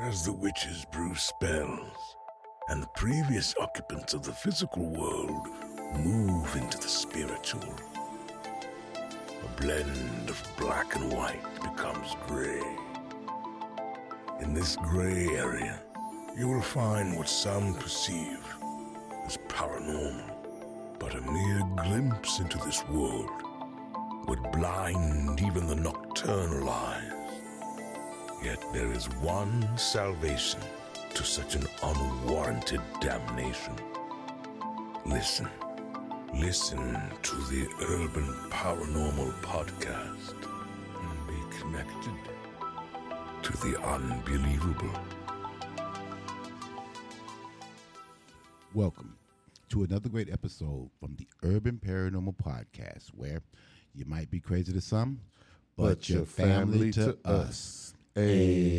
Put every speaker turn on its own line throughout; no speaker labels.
As the witches brew spells, and the previous occupants of the physical world move into the spiritual, a blend of black and white becomes gray. In this gray area, you will find what some perceive as paranormal, but a mere glimpse into this world would blind even the nocturnal eyes. Yet there is one salvation to such an unwarranted damnation. Listen. Listen to the Urban Paranormal Podcast and be connected to the unbelievable.
Welcome to another great episode from the Urban Paranormal Podcast, where you might be crazy to some, but, your family, to us.
Hey.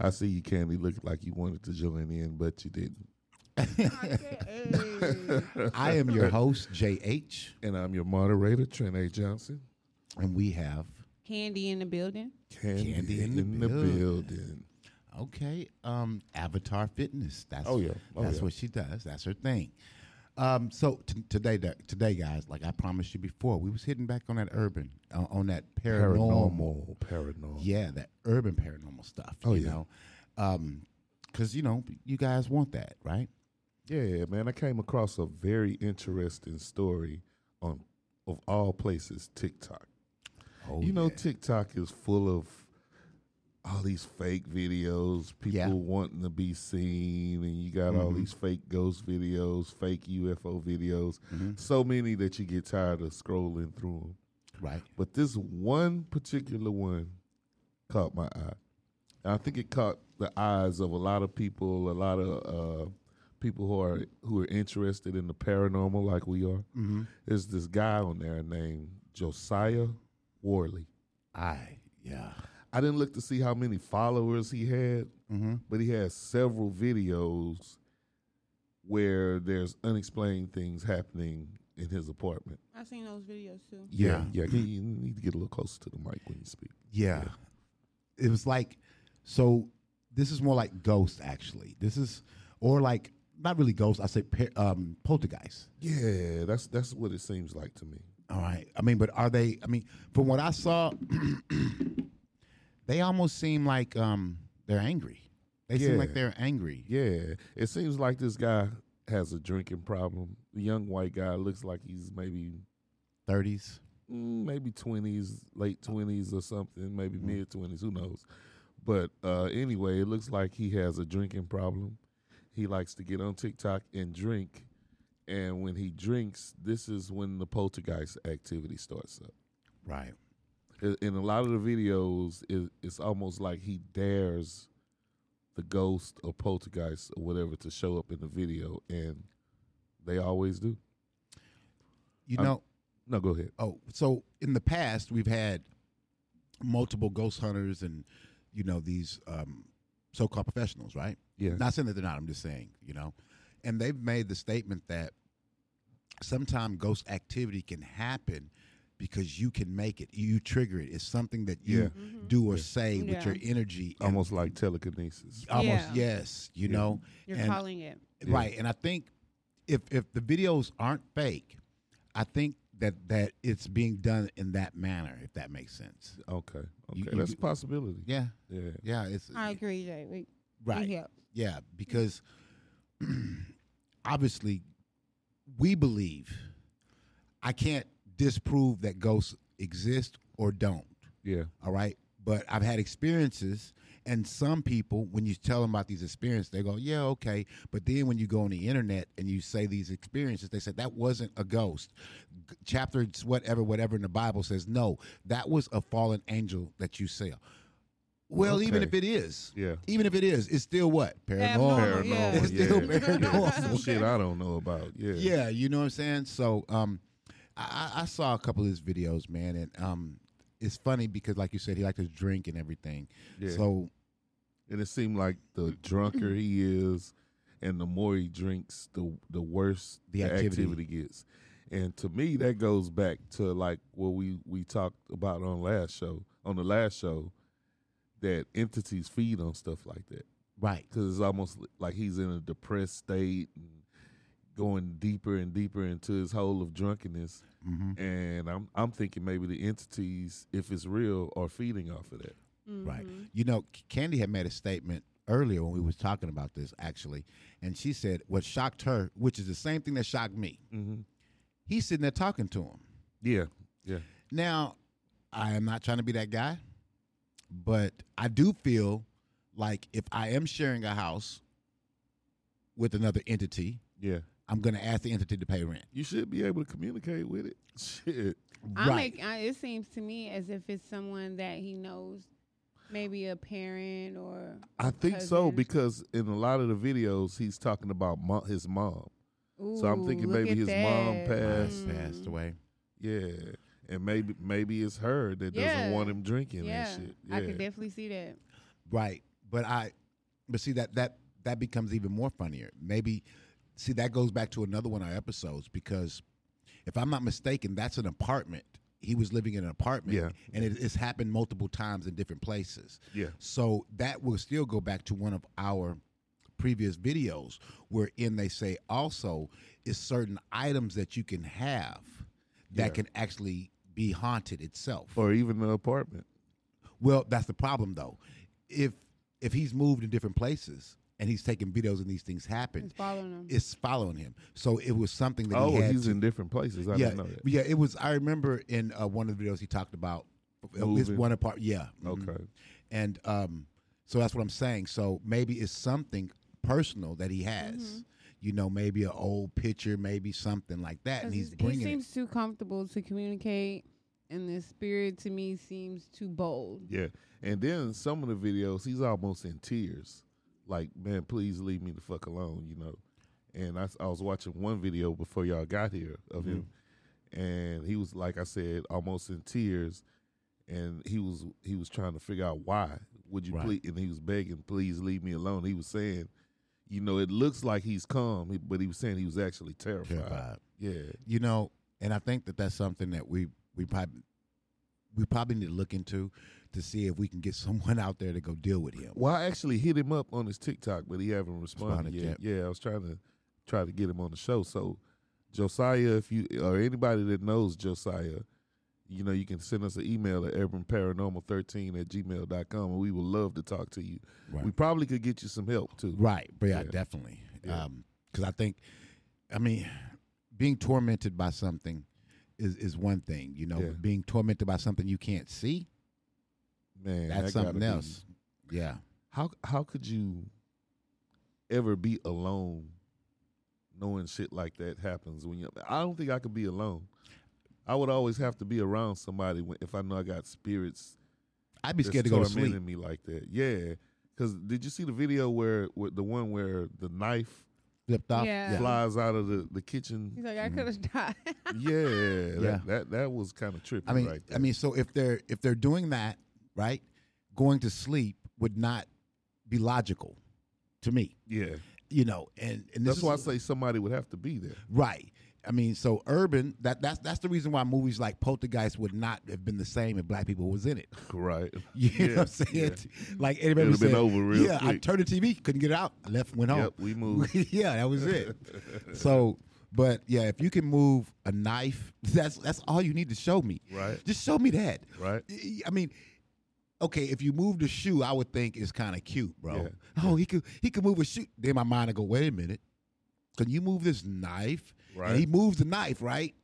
I see you, Candy, look like you wanted to join in, but you didn't.
I am your host, JH,
And I'm your moderator, Trent A. Johnson.
and we have,
Candy in the building.
Candy,
Candy in
in,
the
the
building.
building.
okay, um, Avatar Fitness. That's,
Oh, yeah. Oh,
that's
yeah.
what she does. That's her thing. Um, so t- today, da- today, guys, like I promised you before, we was hitting back on that urban, uh, on that paranormal.
Paranormal. Paranormal.
Yeah, that urban paranormal stuff.
Oh,
you
yeah.
know, because you know you guys want that, right?
Yeah, man. I came across a very interesting story on, of all places, TikTok.
Oh,
you know, TikTok is full of all these fake videos, people
Yeah. Mm-hmm.
wanting to be seen, and you got all these fake ghost videos, fake UFO videos,
Mm-hmm.
so many that you get tired of scrolling through them.
right?
But this one particular one caught my eye. And I think it caught the eyes of a lot of people, a lot of uh, people who are who are interested in the paranormal, like we are. Mm-hmm. There's this guy on there named Josiah Warley.
I yeah.
I didn't look to see how many followers he had, but he has several videos where there's unexplained things happening in his apartment.
I've seen those videos too.
Yeah.
yeah. You you need to get a little closer to the mic when you speak.
Yeah. It was like, so this is more like ghost, actually. This is, or like, not really ghost, I say par- um, poltergeist.
Yeah, that's that's what it seems like to me.
All right. I mean, but are they, I mean, from what I saw, they almost seem like um, they're angry. They
Yeah.
seem like they're angry.
Yeah, it seems like this guy has a drinking problem. The young white guy looks like he's maybe
30s.
mm, maybe twenties, late twenties or something, maybe mid twenties. Who knows? But uh, anyway, it looks like he has a drinking problem. He likes to get on TikTok and drink, and when he drinks, this is when the poltergeist activity starts up.
Right.
I- in a lot of the videos, it, it's almost like he dares the ghost or poltergeist or whatever to show up in the video, and they always do.
You
I'm-
know,
No, go ahead.
Oh, so in the past we've had multiple ghost hunters and you know these um, so-called professionals, right?
Yeah.
Not saying that they're not. I'm just saying, you know, and they've made the statement that sometimes ghost activity can happen because you can make it, you trigger it. It's something that you
Yeah.
do or say with
Mm-hmm. Yeah.
your energy. and
Almost like telekinesis.
almost
Yeah.
yes, you know.
You're
and-
calling it.
Right. And I think if if the videos aren't fake, I think that that it's being done in that manner, if that makes sense.
Okay, okay,
You- you
that's
do-
a possibility.
Yeah.
yeah.
Yeah. It's
I agree, Jay. We,
right.
Yeah.
Yeah. Because obviously we believe I can't disprove that ghosts exist or don't.
yeah.
All right. But I've had experiences, and some people, when you tell them about these experiences, they go, Yeah, okay. But then when you go on the internet and you say these experiences, they said that wasn't a ghost. G- Chapter whatever, whatever in the Bible says, No, that was a fallen angel that you saw. Well, even
Okay.
if it is,
Yeah.
even if it is, it's still what?
Abnormal,
Paranormal.
yeah.
It's still paranormal.
Some shit I don't know about. Yeah,
Yeah, you know what I'm saying. So, um, I, I I saw a couple of his videos, man, and um, it's funny because, like you said, he liked to drink and everything.
Yeah.
So,
And it seemed like the drunker he is, and the more he drinks, the the worse
The
the,
activity.
activity. gets. And to me, that goes back to like what we we talked about on last show, on the last show, that entities feed on stuff like that
Right.
because it's almost li- like he's in a depressed state and going deeper and deeper into his hole of drunkenness.
Mm-hmm.
And I'm I'm thinking maybe the entities, if it's real, are feeding off of that.
Right.
Mm-hmm.
You know, C- Candy had made a statement earlier when we was talking about this actually, and she said what shocked her, which is the same thing that shocked me.
Mm-hmm.
He's sitting there talking to him.
Yeah, yeah,
Now, I am not trying to be that guy, but I do feel like if I am sharing a house with another entity,
yeah.
I'm going to ask the entity to pay rent.
You should be able to communicate with it. Shit.
I make, I, it seems to me as if it's someone that he knows, maybe a parent or
I think so
Cousin.
because in a lot of the videos he's talking about mo- his mom. So I'm
Ooh,
thinking
look
maybe his
at
mom
that.
passed.
Mine
Mm.
passed away.
Yeah, and maybe maybe it's her that doesn't
Yeah.
want him drinking
Yeah,
and shit.
I could
Yeah.
definitely see that.
Right. But I but see that that that becomes even more funnier. Maybe see that goes back to another one of our episodes because if I'm not mistaken, that's an apartment. He was living in an apartment.
Yeah.
And it, it's happened multiple times in different places.
Yeah.
So that will still go back to one of our previous videos wherein they say also is certain items that you can have that
Yeah.
can actually be haunted itself.
or even the apartment.
Well, that's the problem though. If if he's moved in different places and he's taking videos and these things happen,
It's following him.
it's following him. So it was something that
Mm-hmm. Oh,
he had.
he's
to-
in different places. I
yeah,
didn't know that.
yeah. It was. I remember in uh, one of the videos he talked about his
Moving.
one apart. Yeah. mhm.
Okay.
And um, so that's what I'm saying. So maybe it's something personal that he has.
Mm-hmm.
You know, maybe an old picture, maybe something like that, and
'Cause
he's
he's-
bringing
he
it.
seems too comfortable to communicate, and the spirit to me seems too bold.
Yeah. And then some of the videos, he's almost in tears. Like, man, please leave me the fuck alone, you know. And I, s- I was watching one video before y'all got here of him,
Mm-hmm.
and he was like I said, almost in tears, and he was he was trying to figure out why would you
Right.
please, and he was begging, please leave me alone. He was saying, you know, it looks like he's calm, he- but he was saying he was actually terrified.
Terrified.
Yeah,
you know, and I think that that's something that we we probably we probably need to look into to see if we can get someone out there to go deal with him.
Well, I actually hit him up on his TikTok, but he haven't responded
Responded
yet. Yeah, I was trying to try to get him on the show. So, Josiah, if you or anybody that knows Josiah, you know, you can send us an email at urbanparanormal13 at gmail.com, and we would love to talk to you.
Right,
We probably could get you some help too.
right, but yeah,
Yeah.
definitely,
Yeah.
because I think, I mean, being tormented by something is is one thing, you know,
Yeah.
but being tormented by something you can't see
Man,
that's
that gotta
something
be-
else. Yeah,
how how could you ever be alone knowing shit like that happens when you I don't think I could be alone. I would always have to be around somebody when, if I know I got spirits
I'd be
that's
scared to go to sleep.
tormenting me like that. Yeah. Cuz did you see the video where, where the one where the knife
Flipped off.
Yeah.
flies out of the, the kitchen?
He's like, I could have died.
yeah,
Yeah.
That, that that was kind of trippy
I mean,
right there.
I mean, so if they're if they're doing that, right, going to sleep would not be logical to me.
yeah.
you know, and and this
That's
is
why I say somebody would have to be there.
right. I mean, so urban that that's that's the reason why movies like Poltergeist would not have been the same if black people was in it.
Right.
You know what I'm
Yeah, yeah.
saying? Like everybody
It'd have been
said,
over real
Yeah, I
quick."
turned the TV, couldn't get it out, I left, went home.
Yep, we moved.
yeah, that was it. so, but yeah, if you can move a knife, that's that's all you need to show me.
Right.
Just show me that.
Right.
Y- I mean, okay, if you move the shoe, I would think it's kind of cute, bro.
Yeah,
Oh, he could he could move a shoe. Then my mind would go, wait a minute, can you move this knife?
Right.
And he moves the knife, right?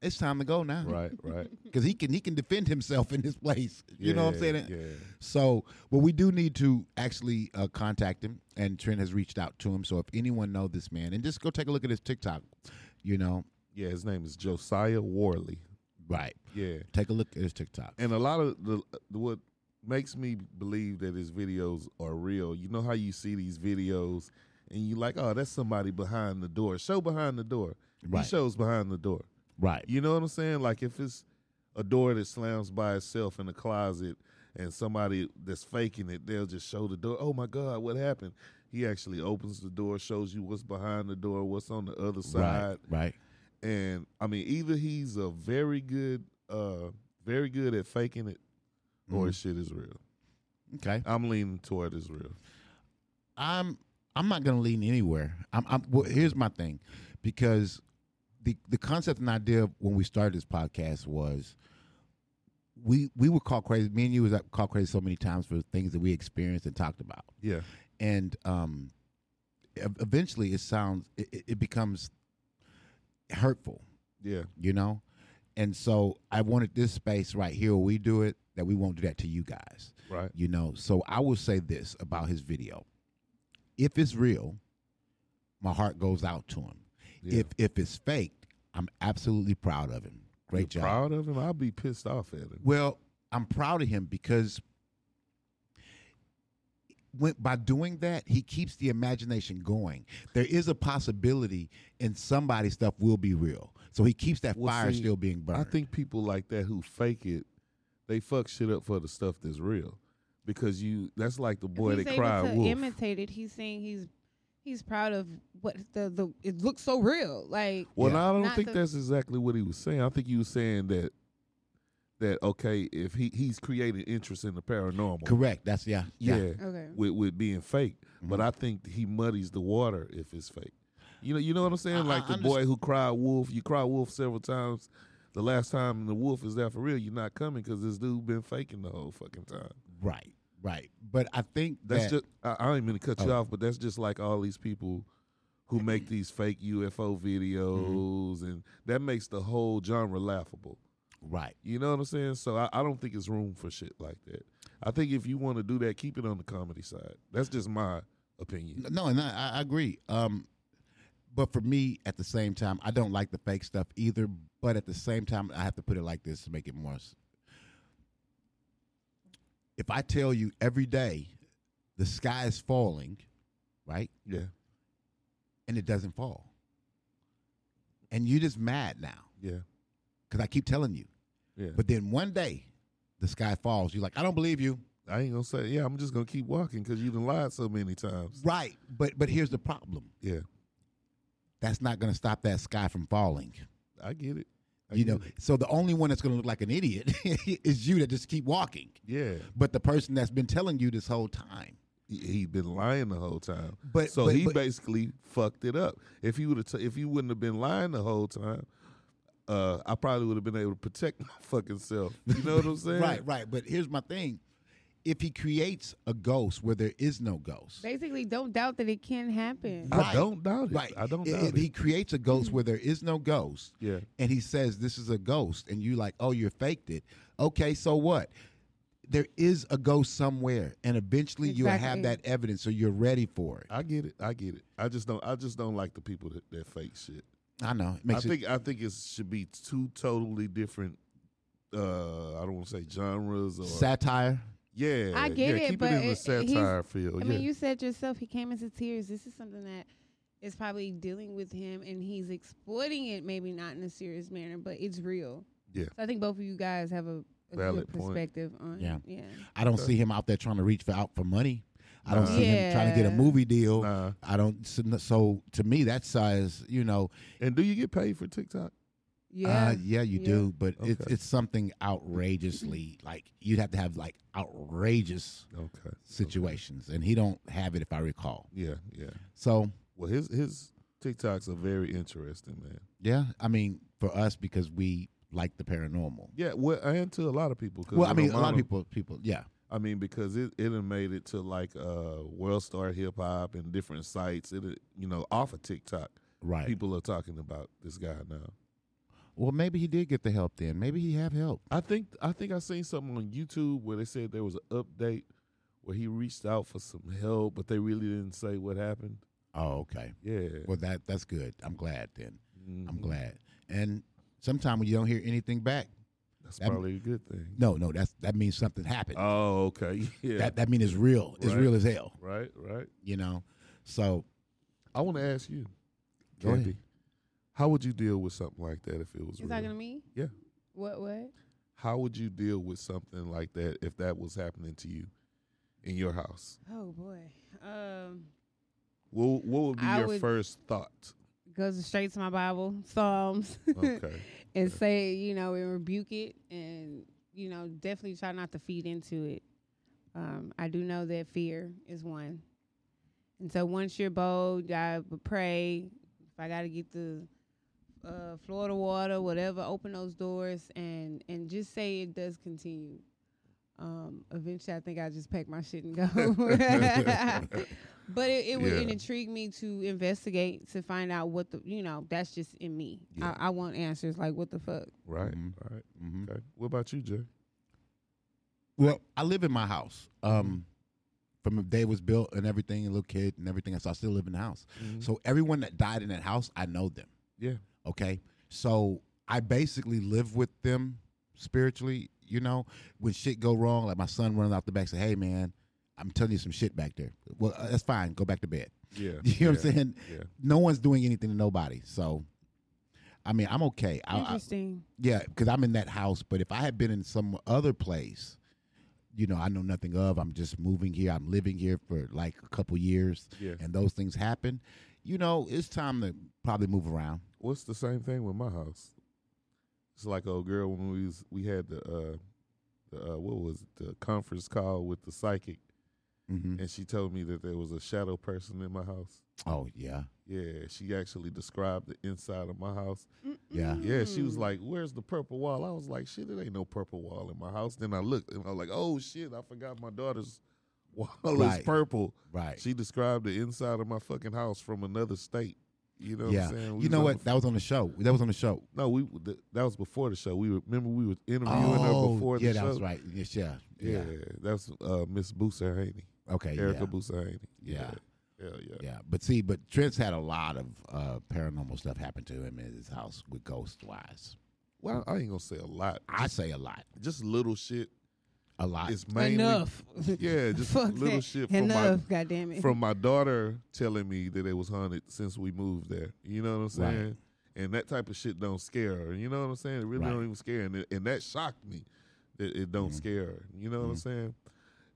It's time to go now,
Right, right.
Because he can he can defend himself in this place. You know what I'm
Yeah,
saying?
Yeah.
So, well, we do need to actually uh, contact him, and Trent has reached out to him. So, if anyone know this man, and just go take a look at his TikTok, you know,
Yeah, his name is Josiah Warley.
right?
Yeah,
Take a look at his TikTok.
and uh, a lot of the the- what makes me believe that his videos are real. You know how you see these videos, and you like, oh, that's somebody behind the door. Show behind the door.
Right.
He shows behind the door.
Right.
You know what I'm saying? Like if it's a door that slams by itself in a closet, and somebody that's faking it, they'll just show the door. Oh my God, what happened? He actually opens the door, shows you what's behind the door, what's on the other side.
Right. Right.
and I mean either he's a
Mm-hmm.
very good uh very good at faking it or his shit is real.
Okay.
I'm leaning toward Israel.
I'm I'm not going to lean anywhere. I'm, I'm well, here's my thing, because the the concept and idea of when we started this podcast was we we were called crazy. Me and you was uh, called crazy so many times for things that we experienced and talked about,
Yeah.
and um, e- eventually it sounds it, it- it becomes hurtful,
Yeah.
you know. And so I wanted this space right here where we do it that we won't do that to you guys
Right.
you know so i will say this about his video if it's real my heart goes out to him
Yeah.
if if it's faked i'm absolutely proud of him great
You're
job
Proud of him? I'll be pissed off at him.
well i'm proud of him because when, by doing that he keeps the imagination going there is a possibility and somebody's stuff will be real so he keeps that
Well,
fire
see,
still being burned
I think people like that who fake it, they fuck shit up for the stuff that's real. Because you, that's like the boy
he's
that
able
cried
to
wolf.
imitate it. He's saying he's he's proud of what the the it looks so real. Like
Well,
Yeah.
no, I don't
Not
think
the-
that's exactly what he was saying. I think he was saying that that okay, if he he's created interest in the paranormal,
correct that's yeah
yeah,
yeah,
okay,
with with being fake. But
Mm-hmm.
I think he muddies the water if it's fake. You know, you know what I'm saying?
I-
Like
I
the boy who cried wolf. You cry wolf several times. The last time the wolf is there for real, you're not coming because this dude been faking the whole fucking time.
right right but i think
That's
that,
just I, I ain't mean to cut you
Oh.
off, but that's just like all these people who make these fake UFO videos,
Mm-hmm.
and that makes the whole genre laughable.
right
You know what I'm saying? So I, I don't think it's room for shit like that. I think if you want to do that, keep it on the comedy side. That's just my opinion.
No, and I, I agree. Um, but for me, at the same time, I don't like the fake stuff either. But at the same time, I have to put it like this to make it more. s- If I tell you every day the sky is falling, right,
Yeah,
and it doesn't fall, and you're just mad now
yeah,
because I keep telling you,
yeah. But
but then one day the sky falls, you're like, I don't believe you.
I ain't gonna say yeah. I'm just gonna keep walking because you done lied so many times.
Right, but but here's the problem.
Yeah,
That's not going to stop that sky from falling.
I get it. I
you
get
know
it.
so the only one that's going to look like an idiot is you that just keep walking
yeah,
but the person that's been telling you this whole time
he, he been lying the whole time.
but
so
but,
he
but,
basically fucked it up. If he would have, t- if he wouldn't have been lying the whole time, uh, I probably would have been able to protect my fucking self. You know what I'm saying?
right right but here's my thing if he creates a ghost where there is no ghost
basically, don't doubt that it can happen.
I
Right.
don't doubt it.
right
I don't
if,
doubt
if
it.
he creates a ghost where there is no ghost
yeah.
and he says this is a ghost and you like oh you faked it okay so what there is a ghost somewhere and eventually you'll have
Exactly.
that evidence so you're ready for it
I get it. I get it. I just don't. I just don't like the people that, that fake shit.
i know it makes
I
it
think. I think it should be two totally different. Uh, I don't want to say genres or
satire
yeah.
I get
yeah,
it,
Keep
but
it in the
it- he's-
satire field.
I
Oh, yeah.
mean, you said yourself he came into tears. This is something that is probably dealing with him, and he's exploiting it. Maybe not in a serious manner, but it's real.
Yeah.
So I think both of you guys have a, a
Valid
good
point. Ah,
perspective on.
Yeah.
Yeah.
I don't see him out there trying to reach for out for money. I don't
Nah.
see him trying to get a
Yeah.
movie deal.
Nah.
I don't. So, so to me, that size, you know,
And do you get paid for TikTok?
Yeah.
uh, yeah, you
Yeah.
do, but it's
Okay.
it's something outrageously like you'd have to have like outrageous
Okay.
situations, and he don't have it if I recall.
Yeah. Yeah.
So
Well, his his TikToks are very interesting, man.
yeah, I mean for us because we like the paranormal.
Yeah, well, and to a lot of people. 'cause
Well, I
it don't
mean a lot
mind
of
'em.
people, people, yeah,
I mean, because it it done made it to like uh, World Star Hip Hop and different sites. It uh, you know off of TikTok,
right.
people are talking about this guy now.
Well, maybe he did get the help then. Maybe he have help.
I think I think I seen something on YouTube where they said there was an update where he reached out for some help, but they really didn't say what happened.
Oh, okay.
Yeah,
Well, that that's good. I'm glad then. I'm
Mhm.
glad. And sometimes when you don't hear anything back,
that's
that-
probably a good thing.
no, no, that's that means something happened.
Oh, okay, yeah,
That that means it's real. It's
Right.
real as hell.
right, right.
You know. So
I want to ask you,
Go ahead.
Candy, how would you deal with something like that if it was
You
real?
talking to me?
Yeah.
What? What?
How would you deal with something like that if that was happening to you in your house?
Oh boy. Um.
What What would be
I
your
would-
first thought?
Goes straight to my Bible, Psalms,
Okay,
and say, you know, and rebuke it, and you know, definitely try not to feed into it. Um, I do know that fear is one. And so once you're bold, I would pray. If I got to get the uh, Florida water, whatever, open those doors and and just say it does continue. Um, eventually, I think I just pack my shit and go. but it, it would
Yeah.
it intrigue me to investigate to find out what the you know that's just in me.
Yeah.
I, I want answers like what the fuck.
Right.
Mhm.
All right.
Mhm.
Okay. What about you, Jay?
Well, I live in my house.
Mm-hmm.
Um, from the day it was built and everything, a little kid and everything, so I still live in the house. So everyone that died in that house, I know them.
Mm-hmm. yeah.
Okay, so I basically live with them spiritually. You know, when shit go wrong, like my son runs out the back, say, "Hey, man, I'm telling you some shit back there." Well, uh, that's fine. Go back to bed.
Yeah.
You know what I'm
yeah,
saying?
Yeah.
No one's doing anything to nobody. So, I mean, I'm okay. I, I,
Interesting.
yeah, because I'm in that house. But if I had been in some other place, you know, I know nothing of. I'm just moving here. I'm living here for like a couple years,
Yeah.
and those things happen. You know, it's time to probably move around.
What's the same thing with my house? It's like old girl when we was, we had the uh, the uh, what was it? the conference call with the psychic,
hmm
and she told me that there was a shadow person in my house.
Oh yeah,
Yeah, she actually described the inside of my house.
yeah.
Yeah, she
Hmm.
was
Mm.
like, "Where's the purple wall?" I was like, "Shit, it ain't no purple wall in my house." Then I looked, and I was like, "Oh shit, I forgot my daughter's wall
Right.
is purple."
Right.
She described the inside of my fucking house from another state. You know
yeah.
what I'm saying? We
you know
was on
what?
the-
That was on the show. That was on the show.
no, we th- that was before the show. We were, remember we were interviewing her
oh,
before the
yeah,
show.
that was right. Yes, yeah,
Yeah,
yeah.
that's uh, Miss Booser Haney,
Okay.
Erica
yeah.
Booser Haney.
Yeah.
yeah, Hell yeah.
Yeah, but see, but Trent's had a lot of uh, paranormal stuff happen to him in his house with ghost wise.
Well, I ain't gonna say a lot.
I say a lot,
Just little shit.
a lot.
It's mainly
Enough.
yeah, just
Fuck
little
that.
shit from
Enough. God damn
my
it.
from my daughter telling me that it was haunted since we moved there. You know what I'm
Right.
saying? And that type of shit don't scare her. You know what I'm saying? It really
Right.
don't even scare her. And, it, and that shocked me that it don't
Mhm.
scare her. You know what I'm
Mhm.
saying?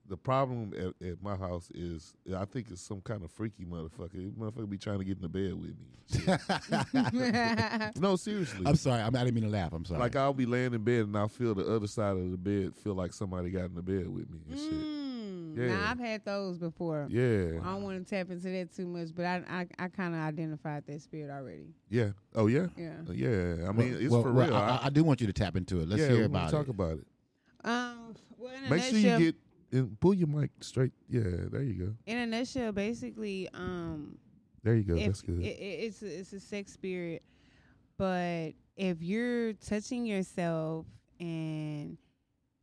The problem at, at my house is I think it's some kind of freaky motherfucker. This motherfucker be trying to get in the bed with me. no, seriously.
I'm sorry. I'm, I didn't mean to laugh. I'm sorry.
like I'll be laying in bed and I'll feel the other side of the bed feel like somebody got in the bed with me and shit.
Mm.
Yeah.
Now I've had those before.
Yeah.
I don't want to tap into that too much, but I I, I kind of identified that spirit already.
Yeah. Oh yeah.
Yeah.
Yeah. I mean,
Well-
it's
well-
for
well,
real.
I, I- I do want you to tap into it. Let's
yeah, we
hear
wanna
about
talk
it.
about it.
Um. Well, in a
Make sure
nutshell,
you get and pull your mic straight. Yeah, there you go.
in a nutshell, basically, um,
There you go.
if-
That's good.
It, it, it's a, it's a sex spirit, but if you're touching yourself and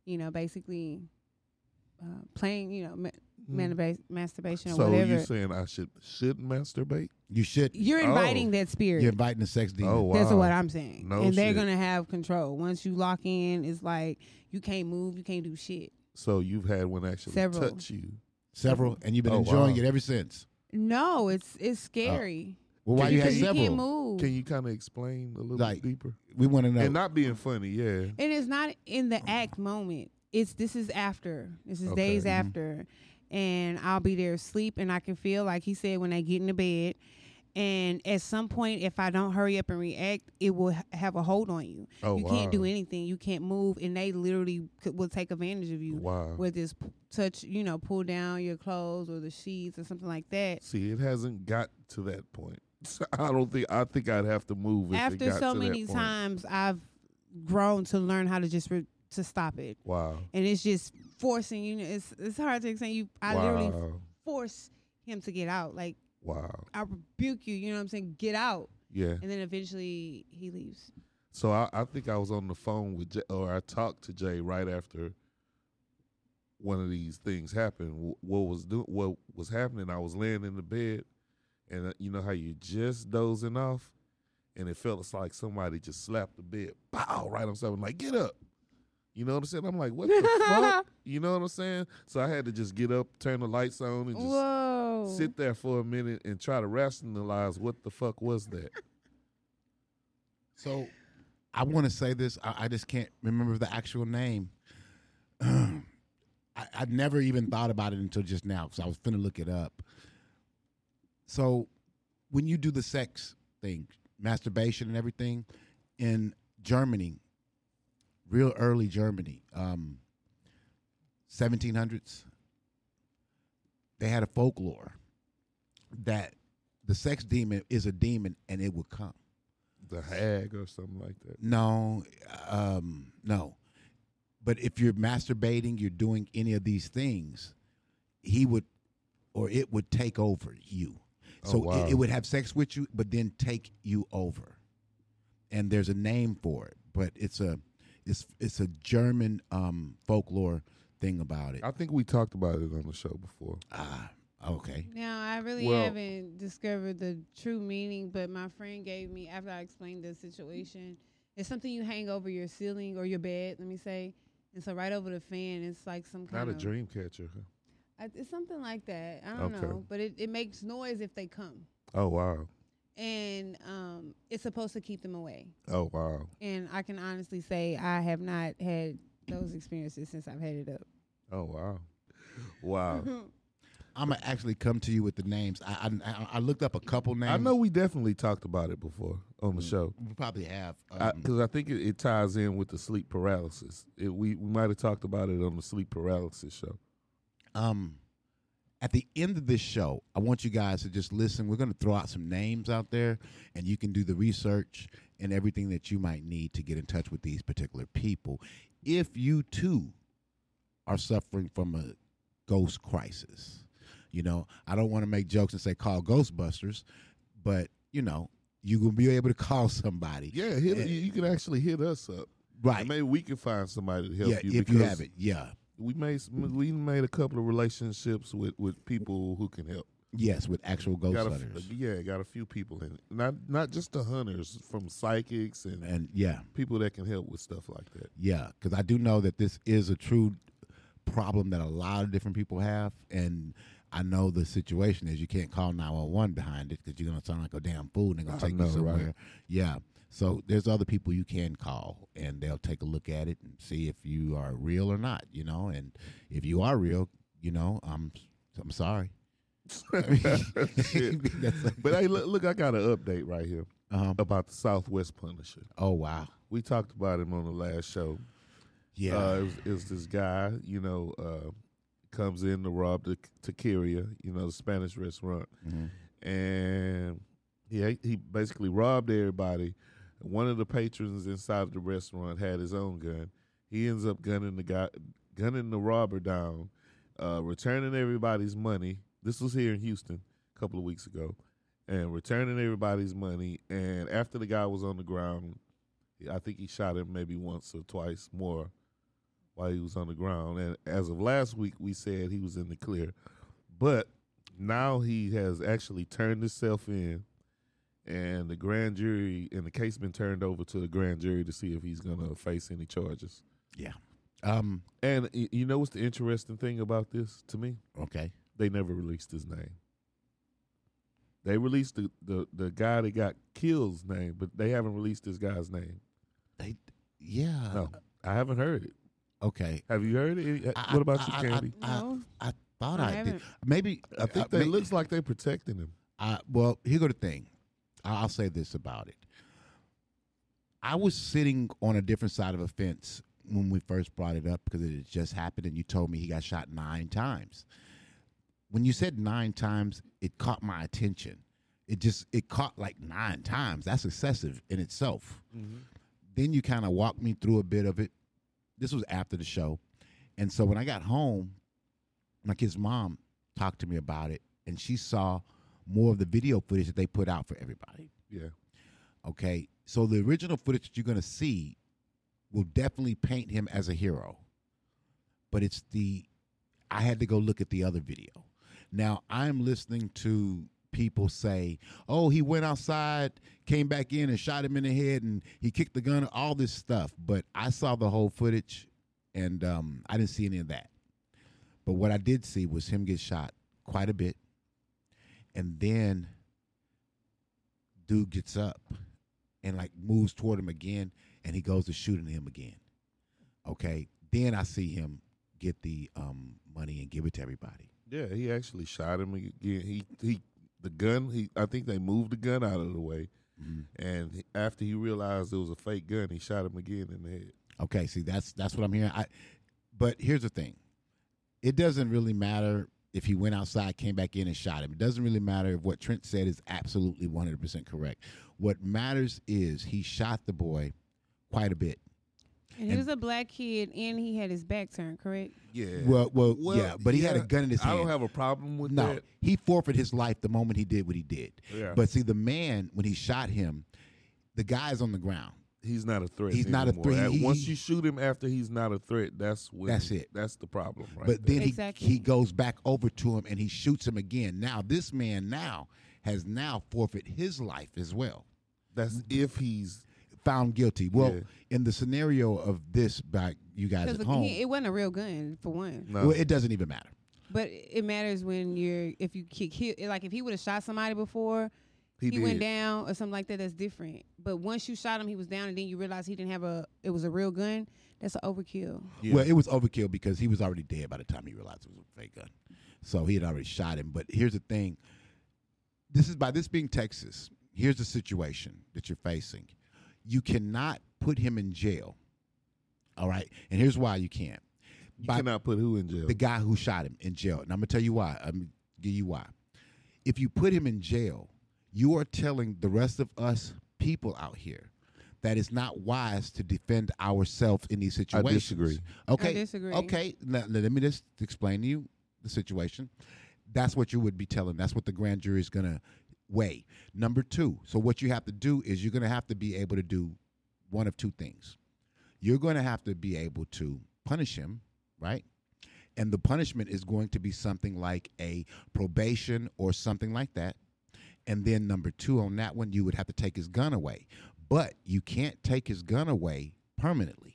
you know basically uh, playing, you know, ma-
Mm-hmm.
manibas- masturbation or
Mm. so you
whatever,
saying I should should masturbate?
You should.
you're
Oh.
inviting that spirit.
You're inviting the sex demon.
Oh wow.
That's what I'm saying.
No
and they're
shit.
gonna have control. Once you lock in, it's like you can't move, you can't do shit.
so you've had one actually
Several.
touch you.
Several, and you've been
Oh,
enjoying
wow.
it ever since.
No, it's it's
Oh.
scary.
Well, why
Can
you had
because you can't
several?
move.
Can you kind of explain a little
Like,
bit deeper?
We want to know.
And not being funny. Yeah.
and it's not in the act moment. It's this is after. This is
Okay.
days
Mhm.
after. And I'll be there asleep and I can feel like he said when I get into bed. And at some point, if I don't hurry up and react, it will ha- have a hold on you.
Oh
you
wow.
can't do anything. You can't move, and they literally could, will take advantage of you.
Wow.
where this p- touch, you know, pull down your clothes or the sheets or something like that.
See, it hasn't got to that point. I don't think. I think I'd have to move if it
After
got
so
to
many
that point.
times, I've grown to learn how to just re- to stop it,
Wow.
and it's just forcing you. know, It's it's hard to explain. You, I literally
wow.
force him to get out. Like
Wow.
I rebuke you. You know what I'm saying? Get out,
Yeah.
and then eventually he leaves.
So I, I think I was on the phone with Jay, or I talked to Jay right after one of these things happened. Wh- What was do, what was happening? I was laying in the bed, and uh, you know how you just dozing off, and it felt like somebody just slapped the bed, pow, right on something. Like get up, you know what I'm saying? I'm like, what the fuck? You know what I'm saying? So I had to just get up, turn the lights on, and just
Whoa!
sit there for a minute and try to rationalize what the fuck was that.
So I want to say this. I, I just can't remember the actual name. I, I never even thought about it until just now because I was finna look it up. So when you do the sex thing, masturbation and everything in Germany, real early Germany, um, 1700s, they had a folklore that the sex demon is a demon and it would come.
The hag or something like that.
No, um, no. But if you're masturbating, you're doing any of these things, he would or it would take over you.
Oh,
So
wow.
it, it would have sex with you, but then take you over. And there's a name for it, but it's a it's it's a German um, folklore thing about it.
I think we talked about it on the show before.
Ah, okay.
Now I really
Well-
haven't discovered the true meaning, but my friend gave me after I explained the situation. It's something you hang over your ceiling or your bed, let me say, and so right over the fan, it's like some kind
Not a
of
dream catcher. huh?
I- It's something like that. I don't
Okay.
know, but it, it makes noise if they come,
Oh wow.
and um, it's supposed to keep them away.
Oh wow.
And I can honestly say I have not had those experiences since I've had it up.
Oh wow. Wow.
Oh. I'm gonna actually come to you with the names. I I- I, I looked up a couple names.
I know we definitely talked about it before on the show.
we probably have. um,
because I, think it, it ties in with the sleep paralysis. It, we we might have talked about it on the sleep paralysis show.
um at the end of this show i want you guys to just listen we're going to throw out some names out there and you can do the research and everything that you might need to get in touch with these particular people if you too are suffering from a ghost crisis you know i don't want to make jokes and say call ghostbusters but you know you will be able to call somebody
Yeah, hit,
Yeah.
You, you can actually hit us up.
right
And maybe we can find somebody to help
yeah
you.
if you
because
have it yeah
we made some, we made a couple of relationships with, with people who can help.
yes with actual ghost
Got a f-
hunters
yeah, got a few people in it. Not not just the hunters from psychics and
and yeah
people that can help with stuff like that.
Yeah, because I do know that this is a true problem that a lot of different people have, and I know the situation is you can't call nine one one behind it because you're gonna sound like a damn fool and they're gonna
I
take
know,
you
right?
somewhere. Yeah, so there's other people you can call, and they'll take a look at it and see if you are real or not. You know, and if you are real, you know, I'm I'm sorry.
Shit. But hey, look, look, I got an update right here
uh
about the Southwest Punisher.
Oh wow.
We talked about him on the last show.
Yeah.
Uh, it, was, it was this guy, you know, uh, comes in to rob the taqueria, you know, the Spanish restaurant,
Mhm.
and he he basically robbed everybody. One of the patrons inside of the restaurant had his own gun. He ends up gunning the guy, gunning the robber down, uh, returning everybody's money. This was here in Houston a couple of weeks ago, and returning everybody's money. And after the guy was on the ground, I think he shot him maybe once or twice more while he was on the ground. And as of last week, we said he was in the clear, but now he has actually turned himself in, and the grand jury and the case been turned over to the grand jury to see if he's going to face any charges.
yeah. Um.
And y- you know what's the interesting thing about this to me?
Okay.
They never released his name. They released the, the, the guy that got killed's name, but they haven't released this guy's name.
They. Yeah.
No, I haven't heard it.
Okay.
Have you heard it?
I-
What about you,
I- I- I-
Candy?
I-
No.
I thought
I
I, did.
haven't.
Maybe
I, think
uh,
they
may-
looks like they're protecting him.
I, well, here go the thing. I- I'll say this about it. I was sitting on a different side of a fence when we first brought it up because it had just happened, and you told me he got shot nine times. When you said nine times, it caught my attention. It just it caught like nine times. That's excessive in itself. Then you kind of walked me through a bit of it. This was after the show, and so when I got home, like his mom talked to me about it, and she saw more of the video footage that they put out for everybody.
Yeah.
Okay. So the original footage that you're going to see will definitely paint him as a hero. But it's the, I had to go look at the other video. Now I'm listening to people say, oh, he went outside, came back in and shot him in the head and he kicked the gun, all this stuff. But I saw the whole footage and um, I didn't see any of that. But what I did see was him get shot quite a bit. And then dude gets up and like moves toward him again and he goes to shooting him again. Okay. Then I see him get the um, money and give it to everybody.
Yeah, he actually shot him again. He he the gun. He I think they moved the gun out of the way, and he- after he realized it was a fake gun, he shot him again in the head.
Okay, see that's that's what I'm hearing. I but here's the thing. It doesn't really matter if he went outside, came back in, and shot him. It doesn't really matter if what Trent said is absolutely 100% correct. What matters is he shot the boy quite a bit.
And he was a black kid, and he had his back turned, correct?
Yeah.
Well, well, yeah, but he had a
yeah,
gun in his
I
hand.
don't have a problem with
no,
that.
he forfeited his life the moment he did what he did.
Yeah.
But see, the man, when he shot him, the guy's on the ground.
He's not a threat.
He's not a
anymore.
threat.
At-
He-
Once
he-
you shoot him after he's not a threat, that's when
That's it.
That's the problem, right?
but
there.
then he,
Exactly.
he goes back over to him and he shoots him again. Now, this man now has now forfeit his life as well.
that's if he's
Found guilty. Well,
Yeah.
in the scenario of this, by you guys
Because
at home,
it wasn't a real gun for one.
no.
well, it doesn't even matter.
But it matters when you're if you kick he, like if he would have shot somebody before
he, did.
went down or something like that. That's different. But once you shot him, he was down, and then you realize he didn't have a it was a real gun. That's an overkill.
Yeah.
Well, it was overkill because he was already dead by the time he realized it was a fake gun. So he had already shot him. But here's the thing. This is by this being Texas, here's the situation that you're facing. You cannot put him in jail. All right? And here's why you can't.
you
by-
cannot put who in jail.
The guy who shot him in jail. And I'm gonna tell you why. I'm gonna give you why. If you put him in jail, you are telling the rest of us people out here that it's not wise to defend ourselves in these
I
situations.
disagree.
Okay.
I disagree.
Okay. Now, now let me just explain to you the situation. That's what you would be telling. That's what the grand jury is going to weigh. Number two. So what you have to do is you're going to have to be able to do one of two things. You're going to have to be able to punish him, right? And the punishment is going to be something like a probation or something like that. And then number two on that one, you would have to take his gun away. But you can't take his gun away permanently.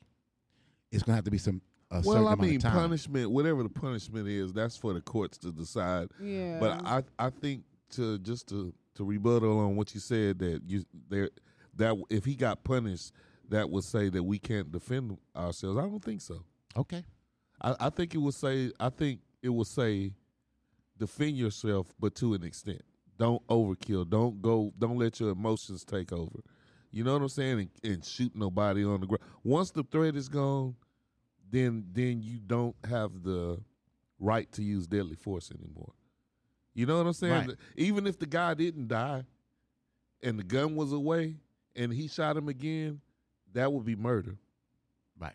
It's gonna have to be some a certain
well, I
amount
mean,
of time.
punishment, whatever the punishment is, that's for the courts to decide.
Yeah.
But I, I think to just to to rebuttal on what you said that you there that if he got punished, that would say that we can't defend ourselves. I don't think so.
okay.
I, I think it would say I think it would say defend yourself, but to an extent. Don't overkill. Don't go. Don't let your emotions take over. You know what I'm saying? And, and shoot nobody on the ground. Once the threat is gone, then then you don't have the right to use deadly force anymore. You know what I'm saying?
Right.
Even if the guy didn't die, and the gun was away, and he shot him again, that would be murder.
Right.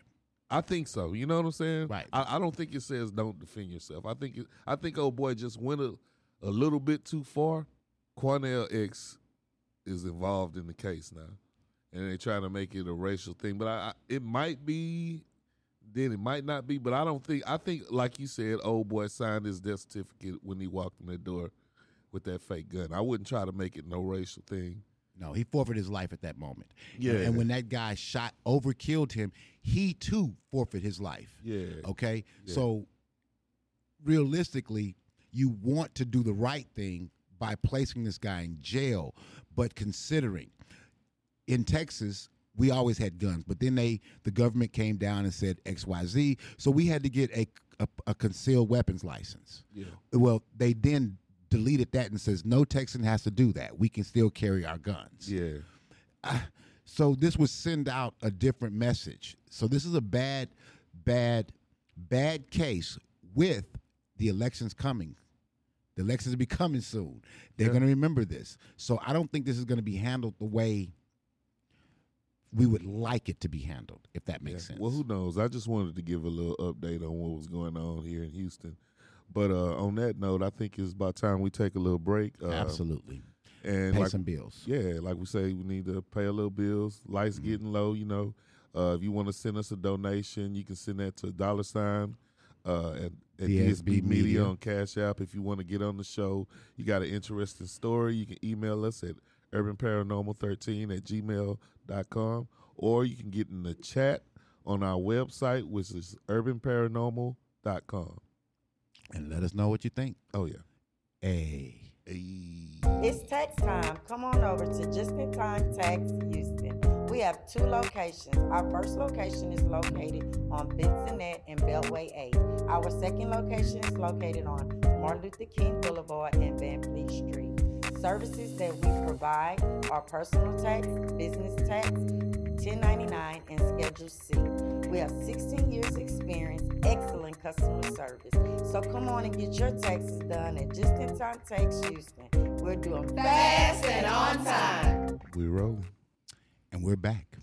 I think so. You know what I'm saying?
Right.
I, I don't think it says don't defend yourself. I think it, I think old boy just went a, a little bit too far. Cornell X is involved in the case now, and they're trying to make it a racial thing. But I, I it might be, then it might not be. But I don't think. I think like you said, old boy signed his death certificate when he walked in the door with that fake gun. I wouldn't try to make it no racial thing.
No, he forfeited his life at that moment.
Yeah.
And, when that guy shot over killed him, he too forfeit his life.
Yeah.
Okay.
Yeah.
So realistically, you want to do the right thing by placing this guy in jail, but considering in Texas, we always had guns, but then they the government came down and said XYZ, so we had to get a a, a concealed weapons license.
Yeah.
Well, they then deleted that and says no Texan has to do that. We can still carry our guns.
Yeah.
So this would send out a different message. So this is a bad, bad, bad case with the elections coming. The elections will be coming soon. They're
Yeah.
going to remember this. So I don't think this is going to be handled the way we would like it to be handled, if that makes
Yeah.
sense.
Well, who knows? I just wanted to give a little update on what was going on here in Houston. But uh, on that note, I think it's about time we take a little break. Uh,
Absolutely.
And
Pay
like,
some bills.
yeah, like we say, we need to pay a little bills. Lights getting low, you know. Uh, if you want to send us a donation, you can send that to dollar sign uh, at, at
DSB
DSB Media
Media.
on Cash App. If you want to get on the show, you got an interesting story, you can email us at urbanparanormal13 at gmail.com or you can get in the chat on our website, which is urbanparanormal.com.
And let us know what you think.
Oh, yeah.
Hey.
Ayy.
It's tax time. Come on over to Just in Time Tax Houston. We have two locations. Our first location is located on Bensonette and Beltway 8. Our second location is located on Martin Luther King Boulevard and Van Fleet Street. Services that we provide are personal tax, business tax, 1099 and Schedule C. We have 16 years experience, excellent customer service. So come on and get your taxes done at Just In Time Tax Houston. We're doing fast and on time.
We rolling.
and we're back.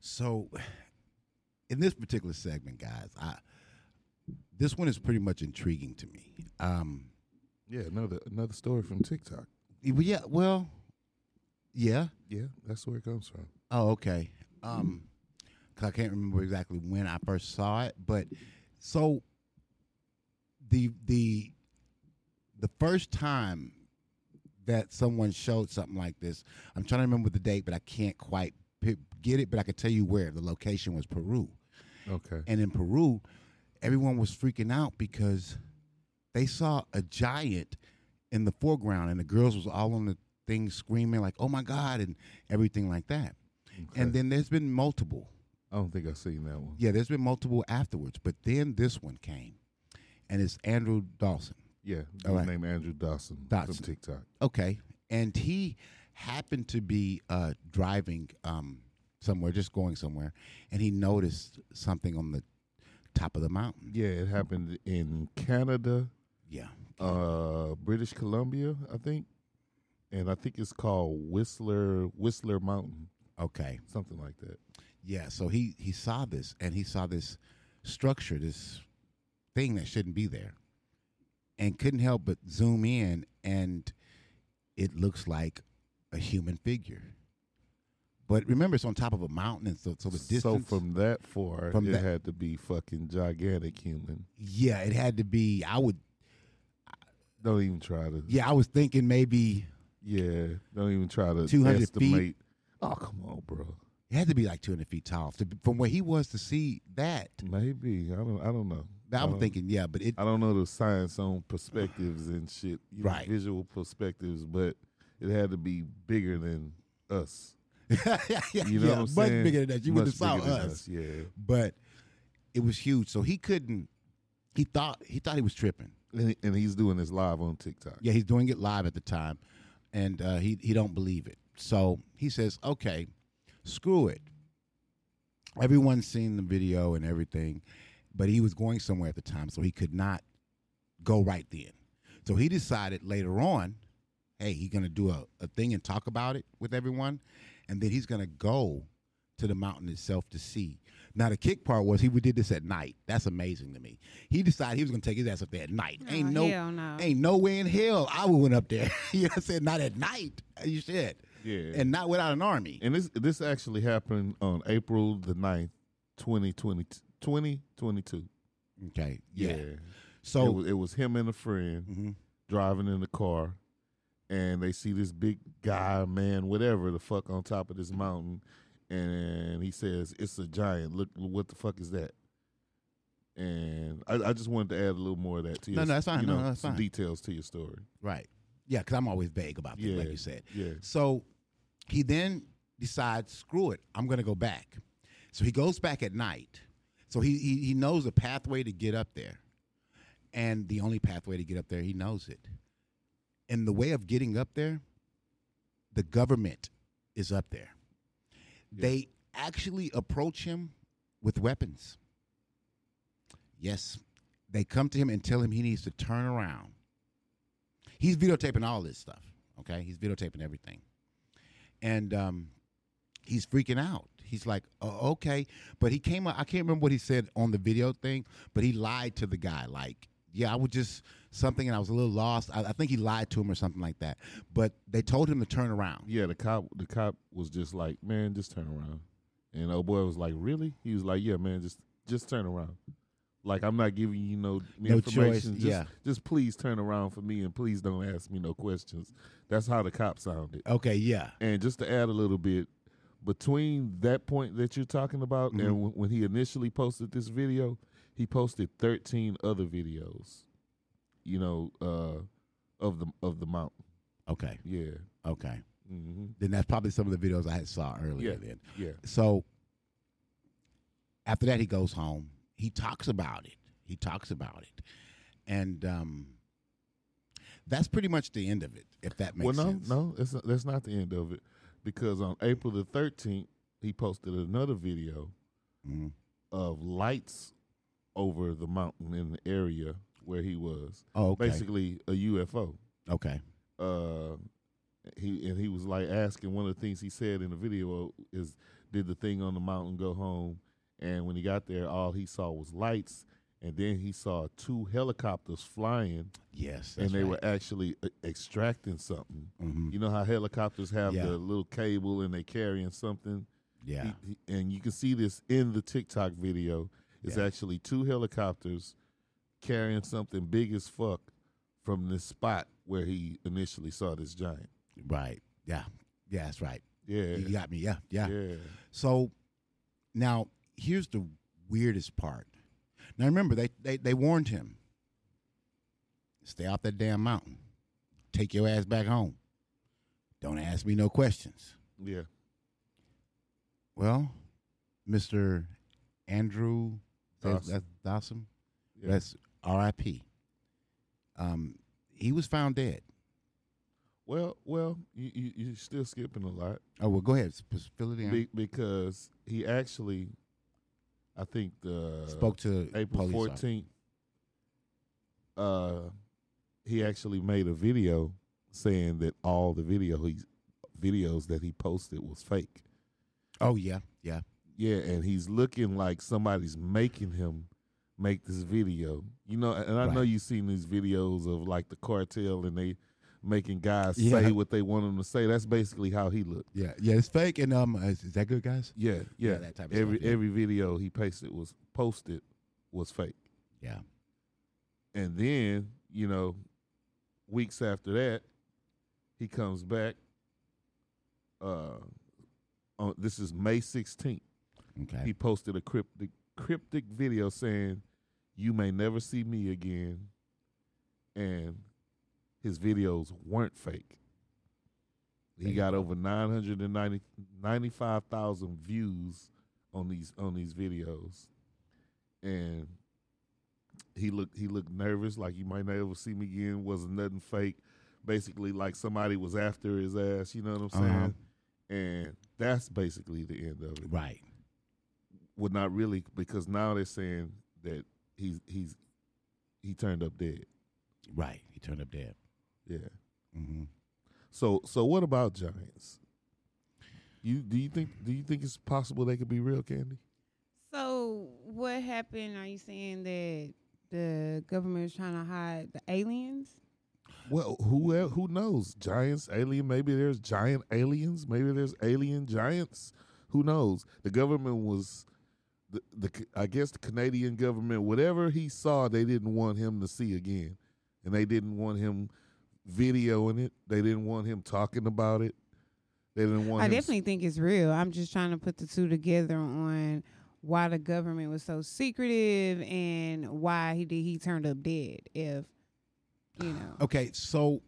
So, in this particular segment, guys, I this one is pretty much intriguing to me. Um,
Yeah, another another story from TikTok.
but yeah, well, yeah.
Yeah, that's where it comes from.
Oh, okay. Um, 'cause I can't remember exactly when I first saw it, but so the the the first time that someone showed something like this, I'm trying to remember the date, but I can't quite pi- get it. But I can tell you where the location was Peru,
Okay.
and in Peru, everyone was freaking out because they saw a giant in the foreground, and the girls was all on the thing screaming like, "Oh my god!" and everything like that. And then there's been multiple.
I don't think I've seen that one.
Yeah, there's been multiple afterwards, but then this one came, and it's Andrew Dawson.
Yeah,
All
dude
right.
named Andrew Dawson,
Dawson.
from TikTok.
Okay, and he happened to be uh, driving um, somewhere, just going somewhere, and he noticed something on the top of the mountain.
Yeah, it happened in Canada,
Yeah,
uh, British Columbia, I think, and I think it's called Whistler Whistler Mountain,
okay,
something like that.
yeah. So he he saw this, and he saw this structure, this thing that shouldn't be there, and couldn't help but zoom in, and it looks like a human figure. But remember, it's on top of a mountain, and so so the distance.
so from that far,
From
it
that-
had to be fucking gigantic human.
yeah, it had to be. I would.
Don't even try to.
Yeah, I was thinking maybe
yeah. Don't even try to
200 feet?
estimate. Oh come on, bro.
it had to be like 200 feet tall to, from where he was to see that.
Maybe I don't. I don't know. I
I'm
don't-
thinking, yeah, but it.
I don't know the science on perspectives and shit, you know,
Right.
visual perspectives, but it had to be bigger than us. You know
yeah,
what I'm
much
saying?
bigger than that. You would have
Much
saw
bigger than
us,
Yeah.
but it was huge. So he couldn't. He thought he thought he was tripping.
And, he- and he's doing this live on TikTok.
Yeah, he's doing it live at the time, and uh, he he don't believe it. So he says, "Okay, screw it." Everyone's seen the video and everything, but he was going somewhere at the time, so he could not go right then. So he decided later on, hey, he's gonna do a, a thing and talk about it with everyone, and then he's gonna go to the mountain itself to see. Now the kick part was he did this at night. That's amazing to me. He decided he was gonna take his ass up there at night. ain't
Oh,
no,
hell no.
ain't no way in hell I would went up there. you know what I'm saying? Not at night. You said.
Yeah.
And not without an army.
And this this actually happened on April the 9th, 2020, 2022.
Okay. Yeah.
It,
So
was, it was him and a friend
Mhm.
driving in the car, and they see this big guy, man, whatever the fuck, on top of this mountain, and he says, "It's a giant. Look, what the fuck is that?" And I, I just wanted to add a little more of that to
No,
your,
no, that's fine.
You
No,
know,
no, that's
some
fine.
details to your story.
right. Yeah, because I'm always vague about things, like
Yeah.
you said.
Yeah,
So he then decides, screw it, I'm gonna go back. So he goes back at night. So he he, he knows the pathway to get up there. And the only pathway to get up there, he knows it. And the way of getting up there, the government is up there. They actually approach him with weapons. Yes. They come to him and tell him he needs to turn around. He's videotaping all this stuff. Okay. He's videotaping everything. And um, he's freaking out. He's like, oh, okay. But he came up, I can't remember what he said on the video thing, but he lied to the guy. Like, yeah, I was just something and I was a little lost. I, I think he lied to him or something like that. But they told him to turn around.
yeah. The cop, the cop was just like, "Man, just turn around." And old boy was like, "Really?" He was like, "Yeah, man, just just turn around." Like I'm not giving you no,
No choice,
information. Just,
yeah.
just please turn around for me, and please don't ask me no questions. That's how the cop sounded.
Okay. Yeah.
And just to add a little bit, between that point that you're talking about and
Mm-hmm.
when, when he initially posted this video, he posted 13 other videos. You know, uh, of the of the mountain.
Okay.
Yeah.
Okay.
hmm
Then that's probably some of the videos I had saw earlier
Yeah.
Oh, then.
Yeah.
So after that, he goes home. He talks about it. He talks about it, and um, that's pretty much the end of it. If that makes
well, no,
sense.
no, that's not, that's not the end of it. because on April the 13th, he posted another video
Mhm.
of lights over the mountain in the area where he was.
Oh, okay.
Basically, a UFO.
Okay.
Uh, he and he was like asking one of the things he said in the video is, "Did the thing on the mountain go home?" And when he got there, all he saw was lights, and then he saw two helicopters flying,
Yes.
and they were actually uh, extracting something.
hmm
You know how helicopters have
Yeah.
the little cable and they carrying something.
Yeah.
He- he- and you can see this in the TikTok video. It's
Yeah.
actually two helicopters carrying something big as fuck from this spot where he initially saw this giant.
Right. Yeah. Yeah. That's right.
Yeah.
You got me. Yeah. Yeah.
yeah.
So now here's the weirdest part. Now remember they, they they warned him. Stay off that damn mountain. Take your ass back home. Don't ask me no questions.
Yeah.
Well, Mr. Andrew
Dawson.
that's Dawson.
Yeah.
That's R.I.P. Um, he was found dead.
Well, well, you, you you're still skipping a lot
Oh well, go ahead. S- s- Fill it in.
Be- because he actually, I think the
Spoke to
uh, April
police officer.
fourteenth. Uh, he actually made a video saying that all the video he videos that he posted was fake.
Oh yeah, yeah.
Yeah, and he's looking like somebody's making him make this video. You know, and I know
Right.
you've seen these videos of like the cartel and they making guys
Yeah.
say what they want them to say. That's basically how he looked.
Yeah, yeah, it's fake. And um, is, is that good, guys?
Yeah, yeah.
Yeah, that type of
every
stuff, yeah.
every video he pasted was posted was fake.
Yeah,
And then, you know, weeks after that, he comes back. Uh, on, this is May 16th.
okay.
He posted a cryptic, cryptic video saying, You may never see me again. And his videos weren't fake.
There
He
you
got over 990 95,000 views on these on these videos. And he looked he looked nervous, like you might never see me again. Wasn't nothing fake. Basically, like somebody was after his ass. You know what I'm saying?
Uh-huh.
And that's basically the end of it.
Right.
Well, not really, because now they're saying that he's he's he turned up dead.
Right. He turned up dead.
Yeah.
Mm-hmm.
So so what about giants? You do you think do you think it's possible they could be real, Candy?
So what happened? Are you saying that the government is trying to hide the aliens?
Well, who el- who knows? Giants, alien. Maybe there's giant aliens. Maybe there's alien giants. Who knows? The government was the the C- I guess the Canadian government. Whatever he saw, they didn't want him to see again, and they didn't want him videoing it. They didn't want him talking about it. They didn't want.
I
him s-
definitely think it's real. I'm just trying to put the two together on why the government was so secretive and why he did he turned up dead. If you know,
Okay, so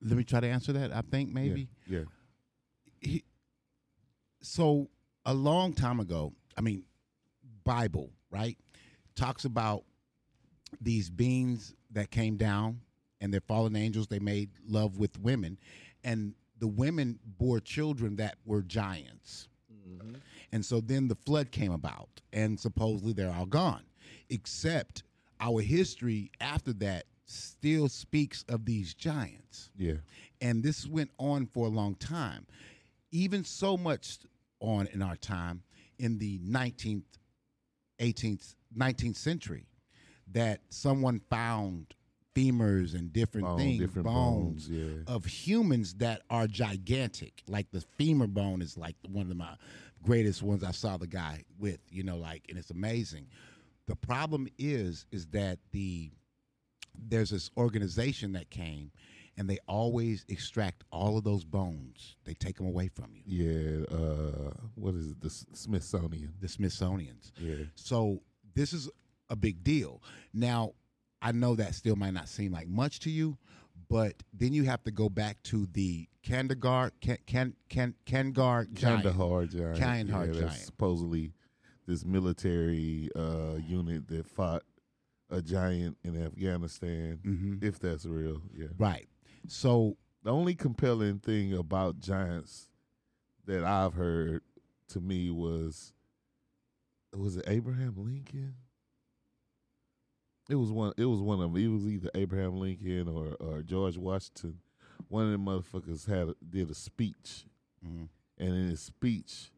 let me try to answer that. I think maybe.
Yeah. yeah.
He, so a long time ago, I mean, Bible right talks about these beings that came down and they're fallen angels. They made love with women, and the women bore children that were giants. And so then the flood came about, and supposedly they're all gone. Except our history after that still speaks of these giants.
Yeah.
And this went on for a long time, even so much on in our time in the 19th, 18th, 19th century that someone found femurs and different
Bone,
things,
different
bones,
bones, yeah.
of humans that are gigantic. Like the femur bone is like one of my greatest ones I saw the guy with, you know, like, and it's amazing. The problem is, is that the there's this organization that came and they always extract all of those bones. They take them away from you.
Yeah. Uh, what is it? The S- Smithsonian.
The Smithsonians.
Yeah.
So this is a big deal. Now, I know that still might not seem like much to you, but then you have to go back to the Kandagar, Kan, Kan, Kan, Kangar giant.
Kandahar giant.
Kandahar
yeah, that's
giant.
Supposedly, this military uh, unit that fought a giant in Afghanistan.
Mhm.
If that's real, yeah.
Right. So
The only compelling thing about giants that I've heard to me was was it Abraham Lincoln? It was one. It was one of them. It was either Abraham Lincoln or or George Washington. One of them motherfuckers had a, did a speech,
Mhm.
and in his speech,